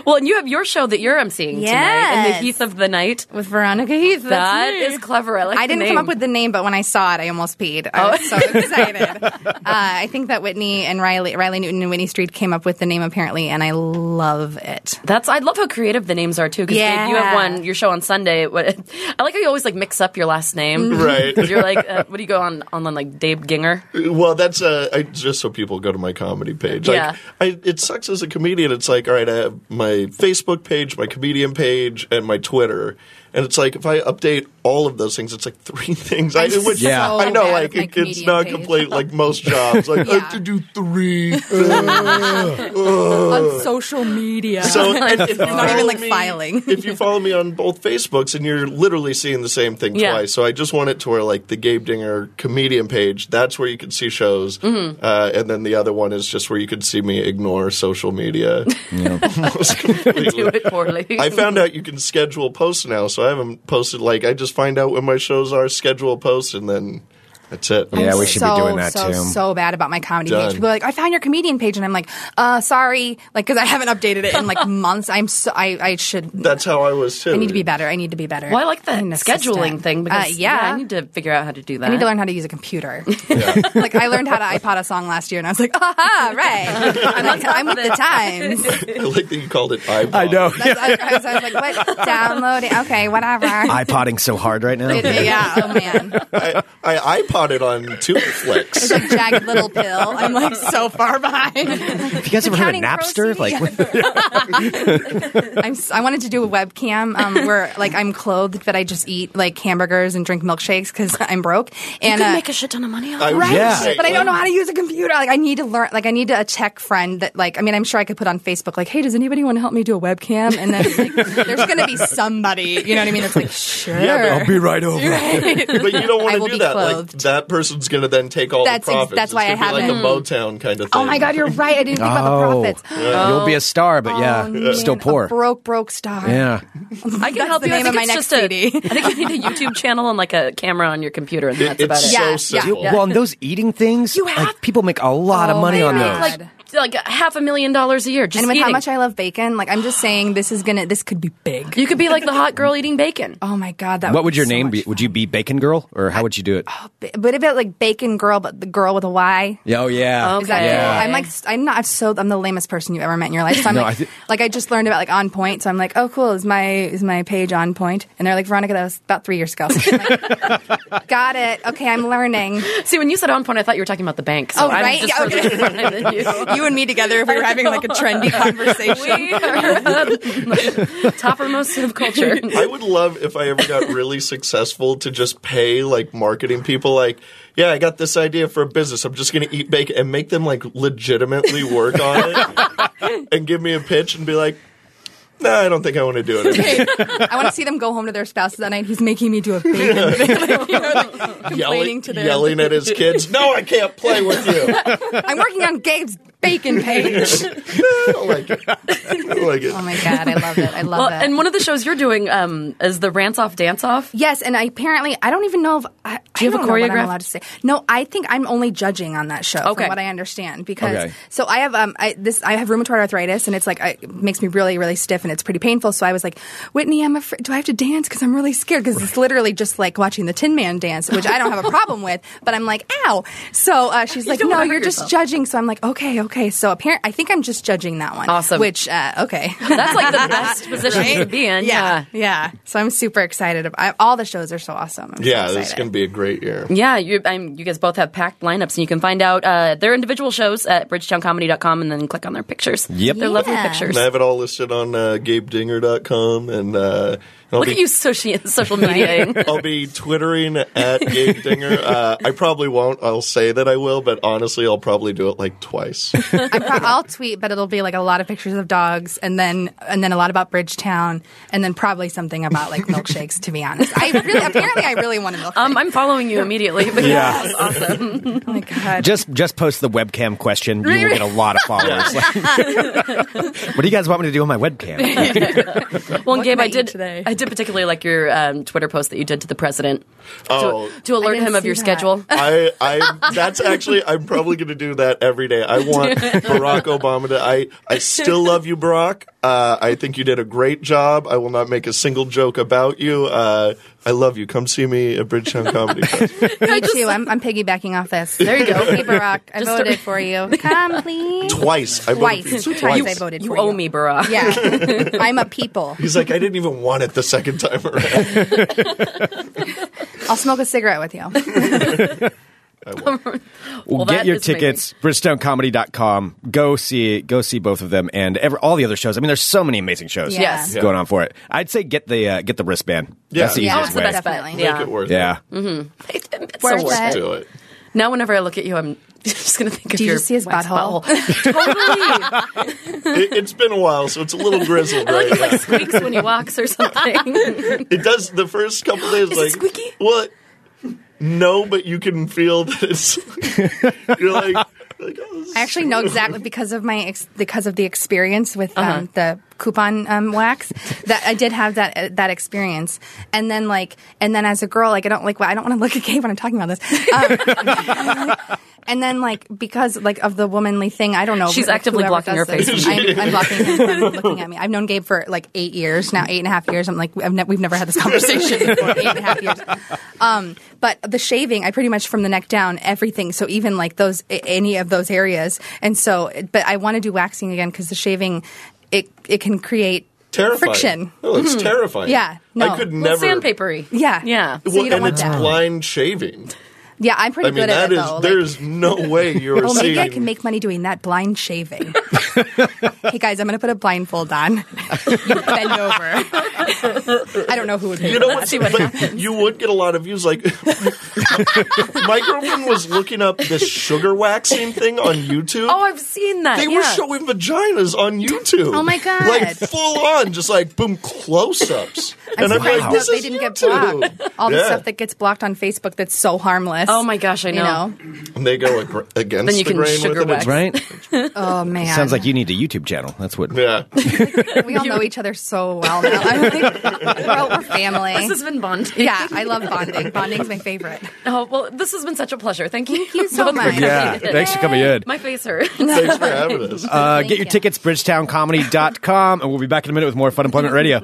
Speaker 7: Well, and you have your show that you're emceeing tonight in the
Speaker 10: Yes.
Speaker 7: heath of the night.
Speaker 10: With Veronica Heath. that's
Speaker 7: That
Speaker 10: me.
Speaker 7: is clever. I like.
Speaker 10: I
Speaker 7: the
Speaker 10: didn't
Speaker 7: name.
Speaker 10: come up with the name, but when I saw it, I almost peed. I was so excited. Uh, I think that Whitney and Riley, Riley Newton and Whitney Street came up with the name apparently, and I love it.
Speaker 7: That's I love how creative the names are too. Because
Speaker 10: Yeah.
Speaker 7: you have one your show on Sunday. What I like how you always like mix up your last name.
Speaker 10: Mm-hmm.
Speaker 9: Right.
Speaker 7: Because you're like, uh, what do you go on on like Dave Ginger?
Speaker 9: Well, that's uh, I, just so people go to my comedy page.
Speaker 7: Yeah.
Speaker 9: Like, I, it sucks as a comedian. It's like, all right, I have my Facebook page, my comedian page, and my Twitter. And it's like, if I update all of those things, it's like three things. I,
Speaker 10: I'm
Speaker 9: which,
Speaker 10: Yeah. so
Speaker 9: I know,
Speaker 10: bad
Speaker 9: like,
Speaker 10: with my
Speaker 9: it, it's
Speaker 10: comedian
Speaker 9: not
Speaker 10: page.
Speaker 9: complete, like most jobs. Like, I have to do three
Speaker 10: On social media.
Speaker 9: So and if you
Speaker 10: not even,
Speaker 9: follow
Speaker 10: like,
Speaker 9: me-
Speaker 10: filing.
Speaker 9: if you follow me on both Facebooks and you're literally seeing the same thing
Speaker 7: Yeah.
Speaker 9: twice, so I just want it to where like the Gabe Dinger comedian page. That's where you can see shows,
Speaker 10: Mm-hmm.
Speaker 9: uh, and then the other one is just where you can see me ignore social media. Almost completely.
Speaker 7: Do it poorly.
Speaker 9: I found out you can schedule posts now, so I haven't posted. Like I just find out when my shows are, schedule a post, and then that's it.
Speaker 1: Yeah, we should
Speaker 10: so,
Speaker 1: be doing that
Speaker 10: so,
Speaker 1: too.
Speaker 10: So bad about my comedy
Speaker 9: Done.
Speaker 10: page. People are like, I found your comedian page, and I'm like, uh, sorry, like because I haven't updated it in like months. I'm so I I should.
Speaker 9: That's how I was too.
Speaker 10: I need to be better. I need to be better.
Speaker 7: Well, I like that
Speaker 10: in this
Speaker 7: scheduling
Speaker 10: system.
Speaker 7: thing because
Speaker 10: Uh, yeah.
Speaker 7: I need to figure out how to do that.
Speaker 10: I need to learn how to use a computer. like I learned how to iPod a song last year, and I was like, "Aha, right! I'm, like, I'm with the times."
Speaker 9: I like that you called it. iPod.
Speaker 1: I know.
Speaker 10: That's- I, I was, I was like, "What? Downloading? Okay, whatever."
Speaker 1: iPodding so hard right now.
Speaker 10: yeah, oh man,
Speaker 9: I, I iPodded on Tuneflix.
Speaker 10: it's like jagged little pill. I'm like so far behind.
Speaker 1: Have you guys ever heard of Napster?
Speaker 10: Counting Crow CD?
Speaker 1: Like,
Speaker 10: I'm, s- I wanted to do a webcam um, where like I'm clothed, but I just eat like hamburgers and drink milkshakes because I'm broke. And uh,
Speaker 7: make a shit ton of money.
Speaker 9: I
Speaker 7: Off.
Speaker 9: was
Speaker 10: Right,
Speaker 9: gonna
Speaker 1: Yeah.
Speaker 9: say,
Speaker 10: but I
Speaker 9: like-
Speaker 10: don't know how to use a computer. Like, I need to learn. Like, I need to a tech friend that, like, I mean, I'm sure I could put on Facebook, like, "Hey, does anybody want to help me do a webcam?" And then like, there's going to be somebody, you know what I mean? It's like, sure,
Speaker 9: Yeah,
Speaker 1: I'll be right over.
Speaker 9: But you don't
Speaker 10: I
Speaker 9: want
Speaker 10: will
Speaker 9: to
Speaker 10: be
Speaker 9: do that. Like
Speaker 10: clothed.
Speaker 9: that person's going to then take all
Speaker 10: That's
Speaker 9: the
Speaker 10: ex-
Speaker 9: profits.
Speaker 10: that's why
Speaker 9: it's
Speaker 10: I
Speaker 9: gonna be
Speaker 10: haven't.
Speaker 9: Like a Motown kind of thing.
Speaker 10: oh my God, you're right. I didn't think about the profits.
Speaker 1: You'll be a star, but yeah,
Speaker 10: Oh, man,
Speaker 1: Oh. uh, still
Speaker 10: a
Speaker 1: poor.
Speaker 10: broke, broke star.
Speaker 1: yeah.
Speaker 7: I can
Speaker 10: That's
Speaker 7: help
Speaker 10: the
Speaker 7: you. I
Speaker 10: name of
Speaker 7: think
Speaker 10: my next
Speaker 7: it's just a-
Speaker 10: CD.
Speaker 7: I think you need a YouTube channel and like a camera on your computer, and
Speaker 9: It-
Speaker 7: that's
Speaker 9: it's
Speaker 7: about it.
Speaker 10: Yeah,
Speaker 9: so
Speaker 10: yeah.
Speaker 9: simple.
Speaker 1: Well, and those eating things,
Speaker 10: You have-
Speaker 1: like, people make a lot of
Speaker 10: Oh
Speaker 1: money
Speaker 10: my
Speaker 1: on
Speaker 10: God.
Speaker 1: those.
Speaker 7: Like like half a million dollars a year. Just
Speaker 10: And with how
Speaker 7: eating.
Speaker 10: much I love bacon, like, I'm just saying, this is gonna, this could be big.
Speaker 7: you could be like the hot girl eating bacon.
Speaker 10: Oh my God, that.
Speaker 1: What would your
Speaker 10: so
Speaker 1: name
Speaker 10: much
Speaker 1: be? Would you be Bacon Girl, or how would you do it?
Speaker 10: fun. What about like bacon girl, but the girl with a Y?
Speaker 1: Yeah, Oh yeah,
Speaker 10: Is that
Speaker 7: Okay.
Speaker 10: cool?
Speaker 1: yeah.
Speaker 10: I'm like, I'm not I'm so, I'm the lamest person you've ever met in your life. So I'm
Speaker 1: No,
Speaker 10: like,
Speaker 1: I thi-
Speaker 10: like I just learned about like on point. So I'm like, oh cool, is my is my page on point? And they're like, Veronica, that was about three years ago. I'm like, Got it. Okay, I'm learning.
Speaker 7: See, when you said on point, I thought you were talking about the bank. So
Speaker 10: Oh,
Speaker 7: I'm
Speaker 10: right?
Speaker 7: just
Speaker 10: Yeah,
Speaker 7: further
Speaker 10: okay.
Speaker 7: behind than you.
Speaker 10: You and me together, if we were having like a trendy conversation.
Speaker 7: We are toppermost of culture.
Speaker 9: I would love if I ever got really successful to just pay like marketing people like, yeah, I got this idea for a business. I'm just going to eat bacon and make them like legitimately work on it and give me a pitch and be like, nah, I don't think I want to do it.
Speaker 10: I want to see them go home to their spouses that night. He's making me do a bacon. Like, you know, like, complaining
Speaker 9: Yelling,
Speaker 10: to them.
Speaker 9: yelling at his kids. No, I can't play with you.
Speaker 10: I'm working on Gabe's bacon page.
Speaker 9: I don't like it. I don't like it.
Speaker 10: Oh my god, I love it. I love
Speaker 7: Well,
Speaker 10: it.
Speaker 7: and one of the shows you're doing um, is the Rants Off Dance Off.
Speaker 10: Yes, and I apparently I don't even know if I,
Speaker 7: Do
Speaker 10: I
Speaker 7: you have a
Speaker 10: don't know what
Speaker 7: choreograph?
Speaker 10: I'm allowed to say. No, I think I'm only judging on that show
Speaker 7: Okay.
Speaker 10: from what I understand because
Speaker 1: Okay.
Speaker 10: so I have um I this I have rheumatoid arthritis and it's like I, it makes me really really stiff and it's pretty painful. So I was like, Whitney, I'm afraid. Do I have to dance? Because I'm really scared. Because it's literally just like watching the Tin Man dance, which I don't have a problem with. But I'm like, ow. So uh, she's like,
Speaker 7: don't
Speaker 10: No,
Speaker 7: wanna hurt
Speaker 10: you're just
Speaker 7: yourself.
Speaker 10: judging. So I'm like, okay, okay. So apparent I think I'm just judging that one.
Speaker 7: Awesome.
Speaker 10: Which uh, okay.
Speaker 7: That's like the best position to be in.
Speaker 10: Yeah,
Speaker 7: Yeah.
Speaker 10: yeah. So I'm super excited. About, I, all the shows are so awesome. I'm so
Speaker 9: Yeah, this is
Speaker 10: excited.
Speaker 9: going to be a great year.
Speaker 7: Yeah, you, I'm, you guys both have packed lineups, and you can find out uh, their individual shows at bridgetowncomedy.com and then click on their pictures.
Speaker 1: Yep.
Speaker 7: They're lovely
Speaker 10: Yeah.
Speaker 7: pictures.
Speaker 9: And I have it all listed on uh, GabeDinger.com, and uh, I'll
Speaker 7: Look
Speaker 9: be
Speaker 7: at you social, social media.
Speaker 9: I'll be twittering at Gabe Dinger. Uh, I probably won't. I'll say that I will, but honestly, I'll probably do it like twice.
Speaker 10: I'm pro- I'll tweet, but it'll be like a lot of pictures of dogs, and then and then a lot about Bridgetown, and then probably something about like milkshakes. To be honest, I really apparently I really want a milkshake.
Speaker 7: Um, I'm following you immediately. Because
Speaker 1: Yeah.
Speaker 7: That's awesome.
Speaker 10: oh my god,
Speaker 1: Just just post the webcam question. You will get a lot of followers. what do you guys want me to do on my webcam?
Speaker 7: Well, and
Speaker 10: What
Speaker 7: Gabe,
Speaker 10: can I
Speaker 7: I
Speaker 10: eat
Speaker 7: did.
Speaker 10: today?
Speaker 7: I did particularly like your um, Twitter post that you did to the president
Speaker 9: Oh.
Speaker 7: to, to alert
Speaker 10: didn't
Speaker 7: him of
Speaker 10: see
Speaker 7: your
Speaker 10: that.
Speaker 7: schedule.
Speaker 9: I, I, that's actually, I'm probably going to do that every day. I want Barack Obama to, I, I still love you, Barack. Uh, I think you did a great job. I will not make a single joke about you. Uh, I love you. Come see me at Bridgetown Comedy Fest.
Speaker 10: me too. I'm, I'm piggybacking off this. There
Speaker 7: you go.
Speaker 10: Hey Barack, I
Speaker 7: Just
Speaker 10: voted
Speaker 7: a-
Speaker 10: for you. Come please.
Speaker 9: Twice. I voted for
Speaker 10: Twice,
Speaker 9: you
Speaker 10: twice, I
Speaker 9: twice.
Speaker 10: voted
Speaker 7: You
Speaker 10: for
Speaker 7: owe me, Barack.
Speaker 10: Yeah, I'm a people.
Speaker 9: He's like, I didn't even want it the second time around.
Speaker 10: I'll smoke a cigarette with you.
Speaker 7: Well,
Speaker 1: Get
Speaker 7: that
Speaker 1: your
Speaker 7: is amazing.
Speaker 1: tickets, bridgestonecomedy.com. Go see go see both of them and ever, all the other shows. I mean, there's so many amazing shows
Speaker 10: Yeah. Yes.
Speaker 9: Yeah.
Speaker 1: going on for it. I'd say get the uh, get the wristband.
Speaker 9: Yeah.
Speaker 1: That's the
Speaker 9: Yeah.
Speaker 10: Oh,
Speaker 1: easiest
Speaker 10: it's
Speaker 7: the
Speaker 1: way.
Speaker 7: best
Speaker 10: Definitely.
Speaker 7: bet.
Speaker 10: Make
Speaker 7: Yeah.
Speaker 9: Make it worth
Speaker 1: Yeah.
Speaker 7: It- it's
Speaker 10: Worth
Speaker 7: so worth
Speaker 10: it.
Speaker 9: it.
Speaker 7: it.
Speaker 9: Do it.
Speaker 7: Now, whenever I look at you, I'm just going to think of
Speaker 10: Do you
Speaker 7: your
Speaker 10: just see his
Speaker 7: wax
Speaker 10: butthole?
Speaker 7: totally.
Speaker 9: it. It's been a while, so it's a little grizzled
Speaker 7: I
Speaker 9: right
Speaker 7: think it's
Speaker 9: now.
Speaker 7: like squeaks when he walks or something.
Speaker 9: It does the first couple
Speaker 7: Is
Speaker 9: days.
Speaker 7: it
Speaker 9: like
Speaker 7: squeaky?
Speaker 9: What? No, but you can feel that it's. you're like, like oh, this is-
Speaker 10: I actually know exactly because of my ex- because of the experience with um,
Speaker 7: Uh-huh.
Speaker 10: the coupon um, wax that I did have that uh, that experience, and then like and then as a girl, like I don't like I don't want to look at Gabe when I'm talking about this. Um, And then, like, because like of the womanly thing, I don't know.
Speaker 7: She's
Speaker 10: like,
Speaker 7: actively
Speaker 10: whoever
Speaker 7: blocking
Speaker 10: does
Speaker 7: her
Speaker 10: this,
Speaker 7: face.
Speaker 10: I'm, I'm blocking him from looking at me. I've known Gabe for like eight years now, eight and a half years. I'm like, I've ne- we've never had this conversation before. Eight and a half years. Um, but the shaving, I pretty much from the neck down everything. So even like those a- any of those areas. And so, but I want to do waxing again because the shaving, it it can create
Speaker 9: terrifying.
Speaker 10: friction. Mm-hmm.
Speaker 9: Oh, it's terrifying.
Speaker 10: Yeah, no.
Speaker 9: I could
Speaker 10: Well,
Speaker 7: Well,
Speaker 9: never.
Speaker 7: sandpapery.
Speaker 10: Yeah,
Speaker 7: Yeah.
Speaker 10: So
Speaker 9: Well,
Speaker 10: you don't
Speaker 9: and
Speaker 10: want
Speaker 9: it's
Speaker 10: that.
Speaker 9: blind shaving.
Speaker 10: Yeah, I'm pretty
Speaker 9: I mean,
Speaker 10: good at
Speaker 9: that
Speaker 10: it
Speaker 9: is.
Speaker 10: though. Like-
Speaker 9: there's no way you're
Speaker 10: Well,
Speaker 9: seeing.
Speaker 10: maybe I can make money doing that blind shaving. hey guys, I'm gonna put a blindfold on. you bend over. I don't know who would. Pay
Speaker 9: you know what's but you would get a lot of views. Like, my girlfriend was looking up this sugar waxing thing on YouTube.
Speaker 7: Oh, I've seen that.
Speaker 9: They
Speaker 7: yeah.
Speaker 9: were showing vaginas on YouTube.
Speaker 10: Oh my God.
Speaker 9: Like full on, just like boom, close ups.
Speaker 10: I'm
Speaker 1: like,
Speaker 10: surprised that
Speaker 1: this
Speaker 10: they didn't get blocked. All the
Speaker 9: Yeah.
Speaker 10: stuff that gets blocked on Facebook that's so harmless.
Speaker 7: Oh my gosh, I
Speaker 10: You
Speaker 7: know.
Speaker 10: know?
Speaker 9: And they go ag- against
Speaker 7: Then you
Speaker 9: the
Speaker 7: can
Speaker 9: grain
Speaker 7: sugar
Speaker 9: with
Speaker 7: wax.
Speaker 9: it. It's-
Speaker 1: Right?
Speaker 10: Oh man.
Speaker 1: Sounds like you need a YouTube channel. That's what
Speaker 9: Yeah.
Speaker 10: we all know each other so well now. I'm like, we're, all- we're family.
Speaker 7: This has been bonding.
Speaker 10: yeah, I love bonding. Bonding's my favorite.
Speaker 7: Oh, well, this has been such a pleasure. Thank you.
Speaker 10: Thank you so
Speaker 7: both for
Speaker 10: much.
Speaker 7: coming
Speaker 1: Yeah.
Speaker 7: in.
Speaker 1: Thanks for coming in.
Speaker 7: My face hurts.
Speaker 9: Thanks for having us.
Speaker 1: Uh, get your
Speaker 10: you.
Speaker 1: tickets, bridgetowncomedy.com, and we'll be back in a minute with more Fun Employment Radio.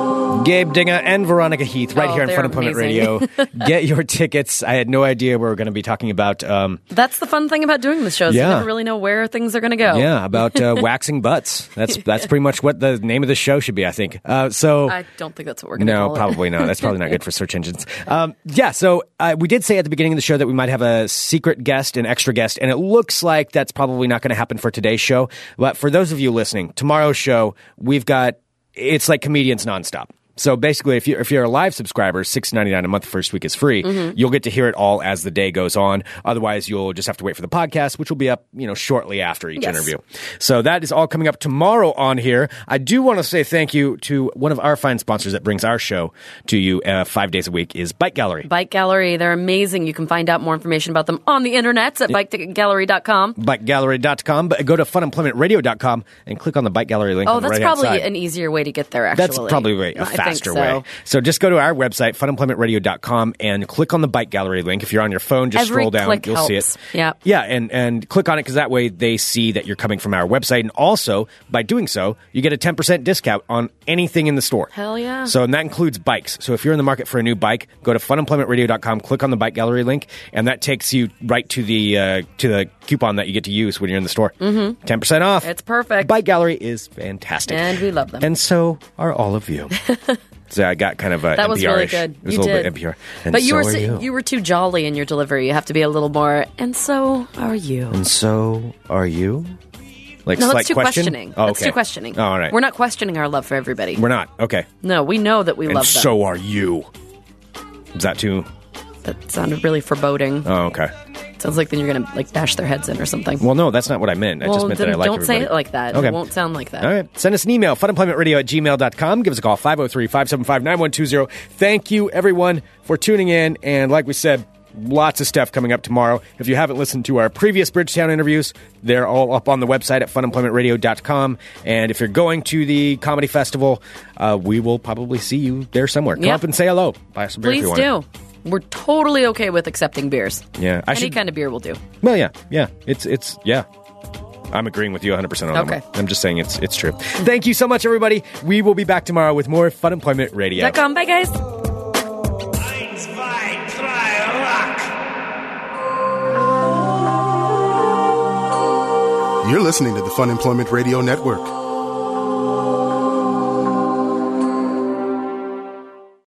Speaker 1: Gabe Dinga and Veronica Heath right
Speaker 7: Oh,
Speaker 1: here on
Speaker 7: they're
Speaker 1: Fun Employment Radio.
Speaker 7: amazing.
Speaker 1: Get your tickets. I had no idea we were going to be talking about, um,
Speaker 7: That's the fun thing about doing this show. Is
Speaker 1: Yeah.
Speaker 7: You never really know where things are going to go.
Speaker 1: yeah, about uh, waxing butts. That's that's pretty much what the name of the show should be, I think. Uh, so
Speaker 7: I don't think that's what we're going to
Speaker 1: No,
Speaker 7: call it.
Speaker 1: probably not. That's probably not good for search engines. Um, yeah, so uh, we did say at the beginning of the show that we might have a secret guest, an extra guest, and it looks like that's probably not going to happen for today's show. But for those of you listening, tomorrow's show, we've got it's like comedians nonstop. So basically, if you're if you're a live subscriber, six ninety nine a month, first week is free.
Speaker 7: Mm-hmm.
Speaker 1: You'll get to hear it all as the day goes on. Otherwise, you'll just have to wait for the podcast, which will be up you know shortly after each
Speaker 7: Yes.
Speaker 1: interview. So that is all coming up tomorrow on here. I do want to say thank you to one of our fine sponsors that brings our show to you uh, five days a week is Bike Gallery.
Speaker 7: Bike Gallery, they're amazing. You can find out more information about them on the internet at bikegallery.com.
Speaker 1: BikeGallery.com, but go to funemploymentradio.com and click on the Bike Gallery link.
Speaker 7: Oh,
Speaker 1: on the
Speaker 7: that's
Speaker 1: right-hand
Speaker 7: probably
Speaker 1: side.
Speaker 7: an easier way to get there, actually.
Speaker 1: That's probably a
Speaker 7: I think
Speaker 1: faster
Speaker 7: so.
Speaker 1: way. So just go to our website, funemploymentradio.com, and click on the bike gallery link. If you're on your phone, just
Speaker 7: Every
Speaker 1: scroll down.
Speaker 7: click
Speaker 1: you'll see it.
Speaker 7: helps. Yep.
Speaker 1: Yeah, and, and click on it because that way they see that you're coming from our website. And also, by doing so, you get a 10% discount on anything in the store.
Speaker 7: Hell yeah.
Speaker 1: So, and that includes bikes. So if you're in the market for a new bike, go to funemploymentradio.com, click on the bike gallery link, and that takes you right to the, uh, to the coupon that you get to use when you're in the store. Mm-hmm. 10% off.
Speaker 7: It's perfect.
Speaker 1: Bike gallery is fantastic.
Speaker 7: And we love them.
Speaker 1: And so are all of you. so I got kind of a
Speaker 7: that was
Speaker 1: NPR-ish.
Speaker 7: really good.
Speaker 1: It was
Speaker 7: you
Speaker 1: a little
Speaker 7: did.
Speaker 1: bit NPR. And
Speaker 7: but you
Speaker 1: so
Speaker 7: were
Speaker 1: are
Speaker 7: s-
Speaker 1: you.
Speaker 7: were too jolly in your delivery. You have to be a little more. And so are you.
Speaker 1: And so are you. Like
Speaker 7: No,
Speaker 1: slight
Speaker 7: that's too
Speaker 1: question?
Speaker 7: questioning.
Speaker 1: Oh,
Speaker 7: That's
Speaker 1: okay.
Speaker 7: too questioning.
Speaker 1: Oh, all right.
Speaker 7: We're not questioning our love for everybody.
Speaker 1: We're not. Okay.
Speaker 7: no, we know that we
Speaker 1: and
Speaker 7: love them.
Speaker 1: so are you. Is that too?
Speaker 7: That sounded really foreboding.
Speaker 1: Oh, okay.
Speaker 7: Sounds like then you're gonna like bash their heads in or something.
Speaker 1: Well, no, that's not what I meant. I just meant that I
Speaker 7: then
Speaker 1: like
Speaker 7: don't say it
Speaker 1: everybody.
Speaker 7: like that.
Speaker 1: Okay.
Speaker 7: It won't sound like that.
Speaker 1: All right. Send us an email, funemploymentradio at gmail.com. Give us a call, 503 575 9120. Thank you, everyone, for tuning in. And like we said, lots of stuff coming up tomorrow. If you haven't listened to our previous Bridgetown interviews, they're all up on the website at funemploymentradio.com. And if you're going to the comedy festival, uh, we will probably see you there somewhere. Come
Speaker 7: Yeah.
Speaker 1: up and say hello. Buy us a beer if
Speaker 7: Please
Speaker 1: you want.
Speaker 7: do. We're totally okay with accepting beers.
Speaker 1: Yeah. I
Speaker 7: Any
Speaker 1: should,
Speaker 7: kind of beer will do.
Speaker 1: Well, yeah, yeah. It's it's yeah. I'm agreeing with you 100% on that.
Speaker 7: Okay.
Speaker 1: one. I'm just saying it's it's true. Thank you so much, everybody. We will be back tomorrow with more Fun Employment Radio.
Speaker 7: Dot com. Bye, guys.
Speaker 2: You're listening to the Fun Employment Radio Network.